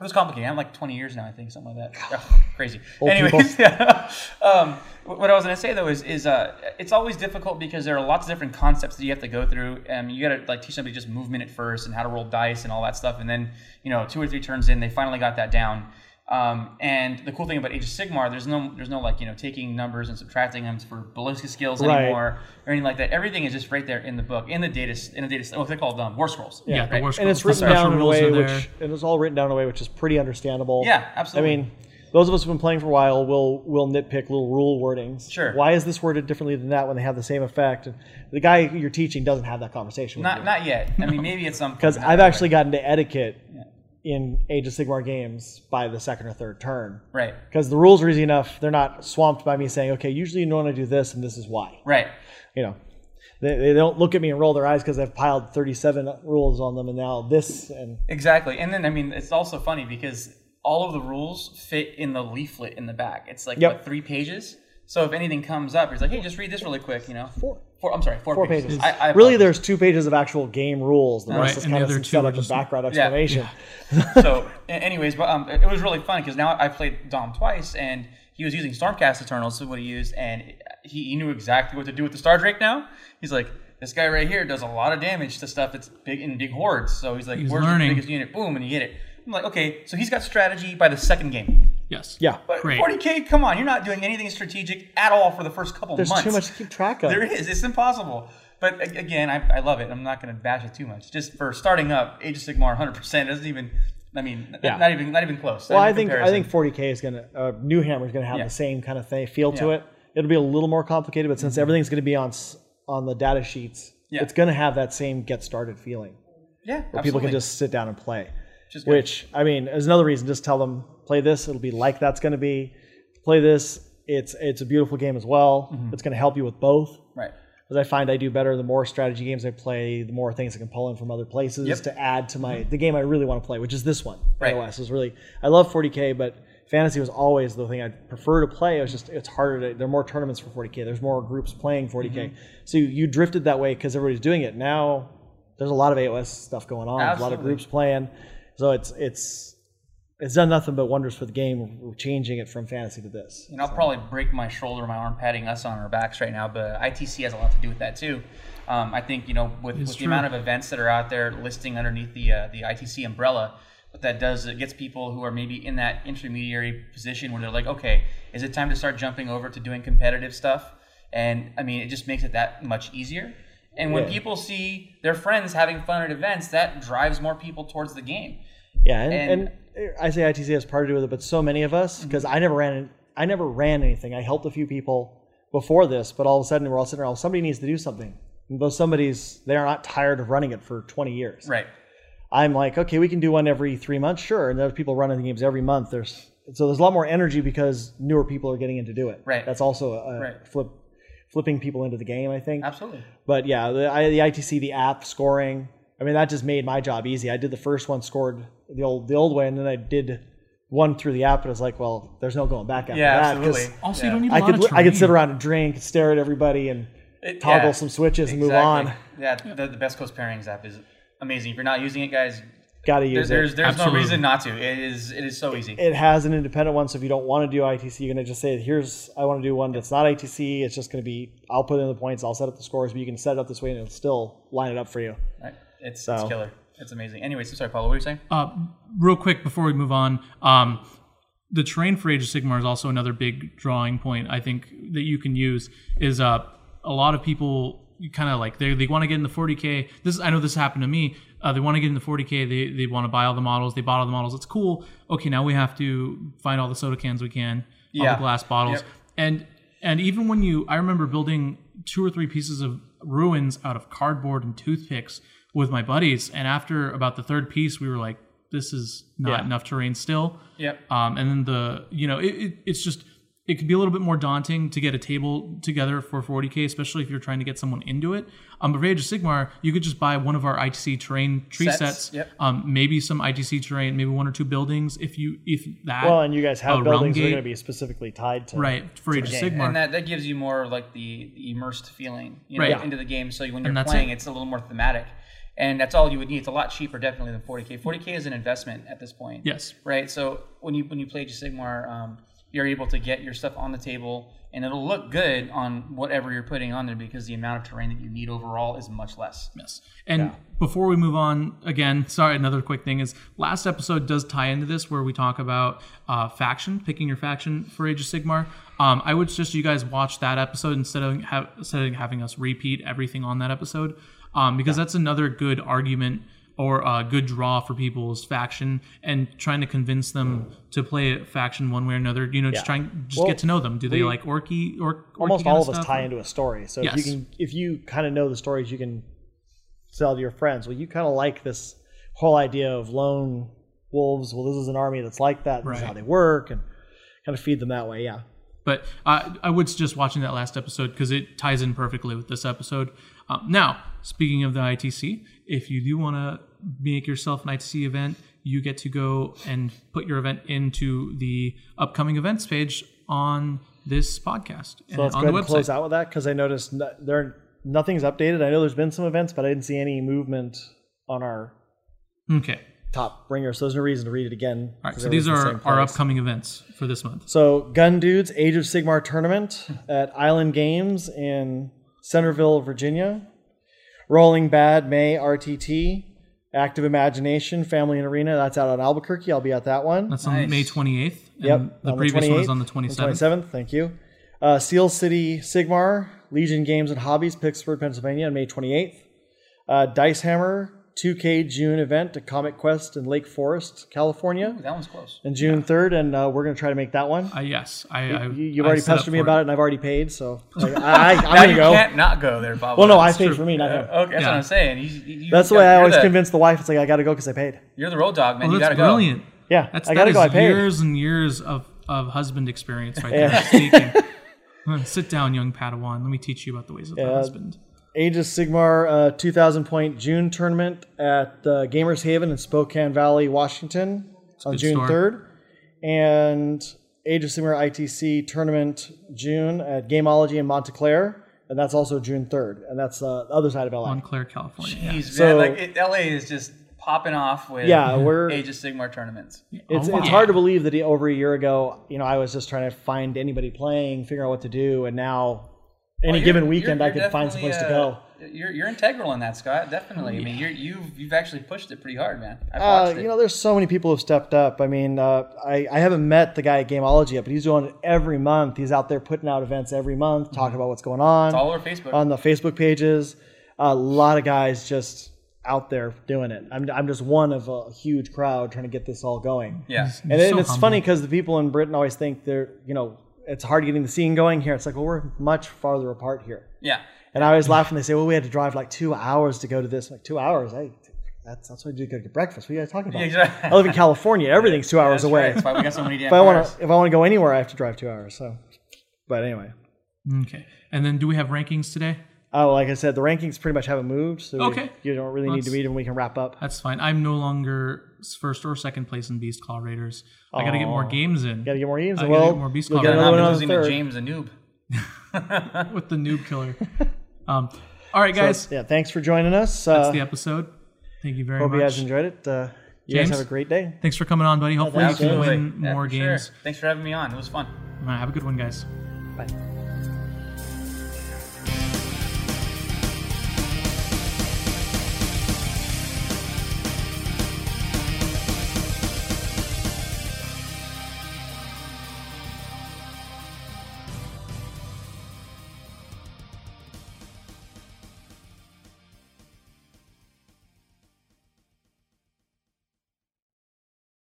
Speaker 4: it was complicated i'm like 20 years now i think something like that Ugh, crazy
Speaker 2: Old people.
Speaker 4: anyways yeah. um, wh- what I was going to say though is, is uh, it's always difficult because there are lots of different concepts that you have to go through. Um, you got to like teach somebody just movement at first and how to roll dice and all that stuff, and then you know two or three turns in, they finally got that down. Um, and the cool thing about Age of Sigmar, there's no there's no like you know taking numbers and subtracting them for ballistic skills
Speaker 2: Right.
Speaker 4: anymore or anything like that. Everything is just right there in the book in the data in the data. What they call them war scrolls.
Speaker 3: Yeah, the
Speaker 4: right.
Speaker 3: war scrolls.
Speaker 2: and it's
Speaker 3: the
Speaker 2: written
Speaker 3: special
Speaker 2: down in a
Speaker 3: rules
Speaker 2: way
Speaker 3: are there.
Speaker 2: which and it's all written down in a way which is pretty understandable.
Speaker 4: Yeah, absolutely.
Speaker 2: I mean, those of us who've been playing for a while will will nitpick little rule wordings.
Speaker 4: Sure.
Speaker 2: Why is this worded differently than that when they have the same effect? And the guy you're teaching doesn't have that conversation.
Speaker 4: not not yet. I mean, maybe at some
Speaker 2: because I've actually gotten to etiquette in Age of Sigmar games by the second or third turn.
Speaker 4: right,
Speaker 2: Because the rules are easy enough; they're not swamped by me saying, "Okay, usually you want to do this, and this is why."
Speaker 4: right.
Speaker 2: You know, they, they don't look at me and roll their eyes because I've piled 37 rules on them, and now this and
Speaker 4: Exactly. And then I mean, it's also funny because all of the rules fit in the leaflet in the back. It's like
Speaker 2: Yep.
Speaker 4: what, three pages. So if anything comes up, it's like, hey, just read this really quick. You know,
Speaker 2: four.
Speaker 4: four. I'm sorry, four,
Speaker 2: Four
Speaker 4: pages.
Speaker 2: pages.
Speaker 4: I, I
Speaker 2: really,
Speaker 4: apologize.
Speaker 2: there's two pages of actual game rules. The
Speaker 3: Right,
Speaker 2: rest is
Speaker 3: and the
Speaker 2: kind of some
Speaker 3: other two are
Speaker 2: setup and
Speaker 3: just-
Speaker 2: background
Speaker 4: Yeah.
Speaker 2: explanation.
Speaker 4: so, a- anyways, but um, it it was really fun because now I played Dom twice, and he was using Stormcast Eternals, is what he used, and he, he knew exactly what to do with the Star Drake. Now he's like, this guy right here does a lot of damage to stuff that's big in big hordes. So he's like,
Speaker 3: He's
Speaker 4: where's
Speaker 3: learning.
Speaker 4: the biggest unit? Boom, and you get it. I'm like, okay, so he's got strategy by the second game.
Speaker 3: Yes.
Speaker 2: Yeah,
Speaker 4: But
Speaker 3: Great.
Speaker 4: 40k, come on, you're not doing anything strategic at all for the first couple
Speaker 2: there's
Speaker 4: months.
Speaker 2: too much to keep track of.
Speaker 4: There is. It's impossible. But a- again, I, I love it. I'm not going to bash it too much. Just for starting up, Age of Sigmar 100% doesn't even. I mean, n-
Speaker 2: Yeah.
Speaker 4: not even not even close.
Speaker 2: Well,
Speaker 4: Not
Speaker 2: I
Speaker 4: even
Speaker 2: think I
Speaker 4: comparison.
Speaker 2: think 40k is gonna uh, New Hammer is gonna have
Speaker 4: Yeah.
Speaker 2: the same kind of thing, feel to
Speaker 4: Yeah. Mm-hmm.
Speaker 2: it. It'll be a little more complicated, but since everything's gonna be on s- on the data sheets,
Speaker 4: Yeah.
Speaker 2: it's gonna have that same get started feeling
Speaker 4: yeah,
Speaker 2: where people can just sit down and play.
Speaker 4: just
Speaker 2: Which I mean is another reason. Just tell them play this. It'll be like that's gonna be. Play this. It's it's a beautiful game as well. It's gonna help you with both.
Speaker 4: right.
Speaker 2: As I find I do better the more strategy games I play, the more things I can pull in from other places
Speaker 4: Yep.
Speaker 2: to add to my the game I really want to play, which is this one.
Speaker 4: Right.
Speaker 2: iOS is really I love 40k, but fantasy was always the thing I prefer to play. It was just it's harder to there are more tournaments for 40k. There's more groups playing 40k,
Speaker 4: Mm-hmm.
Speaker 2: so you, you drifted that way because everybody's doing it. Now there's a lot of AOS stuff going on, there's a lot of
Speaker 4: Absolutely.
Speaker 2: groups playing, so it's it's it's done nothing but wonders for the game. We're changing it from fantasy to this.
Speaker 4: And I'll probably break my shoulder, my arm patting us on our backs right now. But ITC has a lot to do with that too. Um, I think you know with, with the
Speaker 3: true.
Speaker 4: amount of events that are out there listing underneath the uh, the ITC umbrella, what that does it gets people who are maybe in that intermediary position where they're like, okay, is it time to start jumping over to doing competitive stuff? And I mean, it just makes it that much easier. And when
Speaker 2: Yeah.
Speaker 4: people see their friends having fun at events, that drives more people towards the game.
Speaker 2: Yeah, and, and,
Speaker 4: And- Mm-hmm.
Speaker 2: I say ITC has part to do with it, but so many of us because I never ran I never ran anything. I helped a few people before this, but all of a sudden we're all sitting around. Somebody needs to do something. And those somebody's they are not tired of running it for 20 years.
Speaker 4: Right.
Speaker 2: I'm like, okay, we can do one every three months, sure. And there's people running the games every month. There's so there's a lot more energy because newer people are getting into do it.
Speaker 4: Right.
Speaker 2: That's also a
Speaker 4: Right.
Speaker 2: flip flipping people into the game. I think.
Speaker 4: Absolutely.
Speaker 2: But yeah, the, I, the ITC, the app scoring. I mean, that just made my job easy. I did the first one, scored the old the old way, and then I did one through the app. And I was like, well, there's no going back after
Speaker 4: Yeah,
Speaker 2: that. 'cause
Speaker 4: absolutely.
Speaker 3: Also,
Speaker 4: Yeah.
Speaker 3: you don't need a
Speaker 2: I
Speaker 3: lot
Speaker 2: could
Speaker 3: of
Speaker 2: li- I could sit
Speaker 3: terrain.
Speaker 2: around and drink, stare at everybody, and
Speaker 4: It-
Speaker 2: toggle
Speaker 4: yeah.
Speaker 2: some switches and move
Speaker 4: Exactly.
Speaker 2: on.
Speaker 4: Yeah, the, the best coast pairings app is amazing. If you're not using it, guys,
Speaker 2: Got to
Speaker 4: there,
Speaker 2: use
Speaker 4: there's
Speaker 2: it.
Speaker 4: there's no
Speaker 3: Absolutely.
Speaker 4: reason not to. It is it is so easy.
Speaker 2: It has an independent one, so if you don't want to do ITC, you're gonna just say, "Here's I want to do one that's not ITC. It's just gonna be I'll put in the points, I'll set up the scores, but you can set it up this way, and it'll still line it up for you."
Speaker 4: Right? It's,
Speaker 2: So.
Speaker 4: it's killer. It's amazing. Anyways, I'm sorry, Paulo. What were you saying?
Speaker 3: Uh, real quick before we move on, um, the terrain for Age of Sigmar is also another big drawing point. I think that you can use is uh, a lot of people kind of like they they want to get in the 40k. This I know this happened to me. Uh, they want to get in the 40k. They they want to buy all the models. They bought all the models. It's cool. Okay, now we have to find all the soda cans we can, all
Speaker 4: Yeah.
Speaker 3: the glass bottles,
Speaker 4: Yep.
Speaker 3: and and even when you, I remember building two or three pieces of ruins out of cardboard and toothpicks with my buddies, and after about the third piece, we were like, this is not
Speaker 2: Yeah.
Speaker 3: enough terrain still.
Speaker 4: Yep.
Speaker 3: Um, and then the you know it, it, it's just it could be a little bit more daunting to get a table together for 40k, especially if you're trying to get someone into it. Um, but for Age of Sigmar, you could just buy one of our ITC terrain tree sets,
Speaker 4: Sets, yep.
Speaker 3: um, maybe some ITC terrain, maybe one or two buildings if you if that
Speaker 2: Well, and you guys
Speaker 3: a
Speaker 2: have
Speaker 4: Oh,
Speaker 3: realm
Speaker 2: buildings that are
Speaker 3: gate-
Speaker 2: gonna be specifically tied to
Speaker 3: right for Age of
Speaker 2: game.
Speaker 3: Sigmar.
Speaker 4: And that, that gives you more like the, the immersed feeling you know,
Speaker 3: Right.
Speaker 4: into the game. So when you're
Speaker 3: that's
Speaker 4: playing,
Speaker 3: it.
Speaker 4: it's a little more thematic. And that's all you would need. It's a lot cheaper, definitely, than 40k. 40k is an investment at this point.
Speaker 3: yes.
Speaker 4: right? So when you when you play Age of Sigmar, um, you're able to get your stuff on the table and it'll look good on whatever you're putting on there because the amount of terrain that you need overall is much less.
Speaker 3: Yes. And before we move on, again, sorry, another quick thing is last episode does tie into this where we talk about uh, faction, picking your faction for Age of Sigmar. Um, I would suggest you guys watch that episode instead of, ha- instead of having us repeat everything on that episode um, because that's another good argument or a good draw for people's faction and trying to convince them to play a faction one way or another. You know, just trying just
Speaker 2: Well,
Speaker 3: get to know them. Do they like orky or
Speaker 2: almost all of us tie into a story. So if
Speaker 3: Yes.
Speaker 2: you can, if you kind of know the stories, you can sell to your friends. Well, you kind of like this whole idea of lone wolves. Well, this is an army that's like that. This is how
Speaker 3: Right.
Speaker 2: they work, and kind of feed them that way. Yeah,
Speaker 3: But uh, I would suggest watching that last episode because it ties in perfectly with this episode. Um, now, speaking of the ITC, if you do want to make yourself an ITC event, you get to go and put your event into the upcoming events page on this podcast
Speaker 2: so
Speaker 3: and
Speaker 2: let's go
Speaker 3: on the
Speaker 2: ahead and
Speaker 3: website.
Speaker 2: close out with that because I noticed no, there nothing's updated. I know there's been some events, but I didn't see any movement on our
Speaker 3: Okay.
Speaker 2: top bringer. So there's no reason to read it again.
Speaker 3: All right.
Speaker 2: 'cause
Speaker 3: So these
Speaker 2: everything's the
Speaker 3: are
Speaker 2: same
Speaker 3: our
Speaker 2: place.
Speaker 3: upcoming events for this month.
Speaker 2: So, Gun Dudes Age of Sigmar tournament at Island Games in Centerville, Virginia. Rolling Bad May RTT. Active Imagination Family and Arena. That's out on Albuquerque. I'll be at that one.
Speaker 3: That's on
Speaker 4: Nice.
Speaker 3: May 28th. And
Speaker 2: yep.
Speaker 3: The
Speaker 2: on
Speaker 3: previous one is
Speaker 2: 28th,
Speaker 3: on the 27th.
Speaker 2: Thank you. Uh, Seal City Sigmar Legion Games and Hobbies, Pittsburgh, Pennsylvania, on May 28th. Uh, Dice Hammer 2K June event at Comic Quest in Lake Forest, California,
Speaker 4: That one's close.
Speaker 2: and June 3rd. And uh, we're going to try to make that one.
Speaker 3: Uh, yes. I, I,
Speaker 2: You, you've
Speaker 3: I
Speaker 2: already
Speaker 3: set up
Speaker 2: pestered me
Speaker 3: for
Speaker 2: about it, and I've already paid, so like, I, I, I'm
Speaker 4: now
Speaker 2: gonna
Speaker 4: you
Speaker 2: go.
Speaker 4: can't not go there, Bob.
Speaker 2: well, no, I
Speaker 4: That's
Speaker 2: paid
Speaker 4: true.
Speaker 2: for me, not
Speaker 4: Uh,
Speaker 2: him.
Speaker 4: okay, that's
Speaker 3: Yeah. Oh,
Speaker 4: what I'm saying. You- you- you-
Speaker 2: That's the way I
Speaker 4: you're
Speaker 2: always
Speaker 4: the-
Speaker 2: convince the wife. It's like I got to go because I paid.
Speaker 4: You're the road dog, man.
Speaker 3: Oh,
Speaker 4: you
Speaker 3: that's
Speaker 4: gotta
Speaker 3: brilliant.
Speaker 2: Yeah,
Speaker 3: That's
Speaker 2: I got to
Speaker 3: that
Speaker 2: go.
Speaker 3: is
Speaker 2: I paid.
Speaker 3: years and years of, of husband experience right there. Speaking. Huh, Sit down, young Padawan. Let me teach you about the ways of the husband.
Speaker 2: Age of Sigmar uh, 2000 point June tournament at uh, Gamers Haven in Spokane Valley, Washington, on
Speaker 3: good
Speaker 2: June
Speaker 3: store.
Speaker 2: 3rd, and Age of Sigmar ITC tournament June at Gameology in Montclair, and that's also June 3rd, and that's uh, the other side of LA.
Speaker 3: Montclair, California.
Speaker 4: go.
Speaker 3: Yeah.
Speaker 4: Jeez,
Speaker 2: So-
Speaker 4: man, like it, LA is just popping off with
Speaker 2: Yeah, we're
Speaker 4: Age of Sigmar tournaments.
Speaker 2: It's,
Speaker 3: Oh, wow.
Speaker 2: it's hard to believe that over a year ago, you know, I was just trying to find anybody playing, figure out what to do, and now any
Speaker 4: Well, you're-
Speaker 2: given
Speaker 4: you're-
Speaker 2: weekend I
Speaker 4: you're
Speaker 2: could find some
Speaker 4: definitely,
Speaker 2: place to
Speaker 4: uh,
Speaker 2: go.
Speaker 4: You're, you're integral in that, Scott. Definitely. I mean, you're, you've you've actually pushed it pretty hard, man. I've
Speaker 2: Uh,
Speaker 4: watched it.
Speaker 2: you know, there's so many people who've stepped up. I mean, uh, I, I haven't met the guy at Gameology yet, but he's doing it every month. He's out there putting out events every month, talking about what's going on
Speaker 4: Mm-hmm. all over Facebook.
Speaker 2: on the Facebook pages. A lot of guys just out there doing it. I'm, I'm just one of a huge crowd trying to get this all going.
Speaker 4: yeah.
Speaker 2: And,
Speaker 3: so
Speaker 2: and it's
Speaker 3: humble.
Speaker 2: funny because the people in Britain always think they're, you know, it's hard getting the scene going here. It's like, well, we're much farther apart here.
Speaker 4: Yeah.
Speaker 2: And I always laugh when they say, well, we had to drive like two hours to go to this. Like, two hours? Hey, that's, that's why you go get breakfast. What are you guys talking about?
Speaker 4: Yeah, exactly.
Speaker 2: I live in California. Everything's two hours
Speaker 4: That's
Speaker 2: away.
Speaker 4: right. That's why we got so many damn
Speaker 2: If I want
Speaker 4: cars.
Speaker 2: to, if I want to go anywhere, I have to drive two hours. So, but anyway,
Speaker 3: Okay. And then do we have rankings today?
Speaker 2: oh, like I said, the rankings pretty much haven't moved. So we-
Speaker 3: Okay.
Speaker 2: you don't really need to
Speaker 3: Let's-
Speaker 2: read them. We can wrap up.
Speaker 3: That's fine. I'm no longer s- first or second place in Beast Claw Raiders. I got to get more games in.
Speaker 2: Got to get more games.
Speaker 3: I gotta
Speaker 2: Well,
Speaker 3: get more Beast
Speaker 2: you'll
Speaker 3: Claw
Speaker 2: get
Speaker 3: Raiders.
Speaker 2: another
Speaker 4: I'm
Speaker 2: one on the
Speaker 4: losing to
Speaker 2: third.
Speaker 4: James, a noob.
Speaker 3: with the noob killer. um, all right, guys.
Speaker 2: Yeah, thanks for joining us. Uh,
Speaker 3: That's the episode. Thank you very
Speaker 2: hope you
Speaker 3: much.
Speaker 2: guys enjoyed it. Uh, you
Speaker 3: James?
Speaker 2: guys have a great day.
Speaker 3: Thanks for coming on, buddy. Hopefully, you can
Speaker 4: Absolutely.
Speaker 3: win
Speaker 4: Yeah,
Speaker 3: more
Speaker 4: for sure.
Speaker 3: games.
Speaker 4: Thanks for having me on. It was fun.
Speaker 3: All right, have a good one, guys.
Speaker 2: Bye.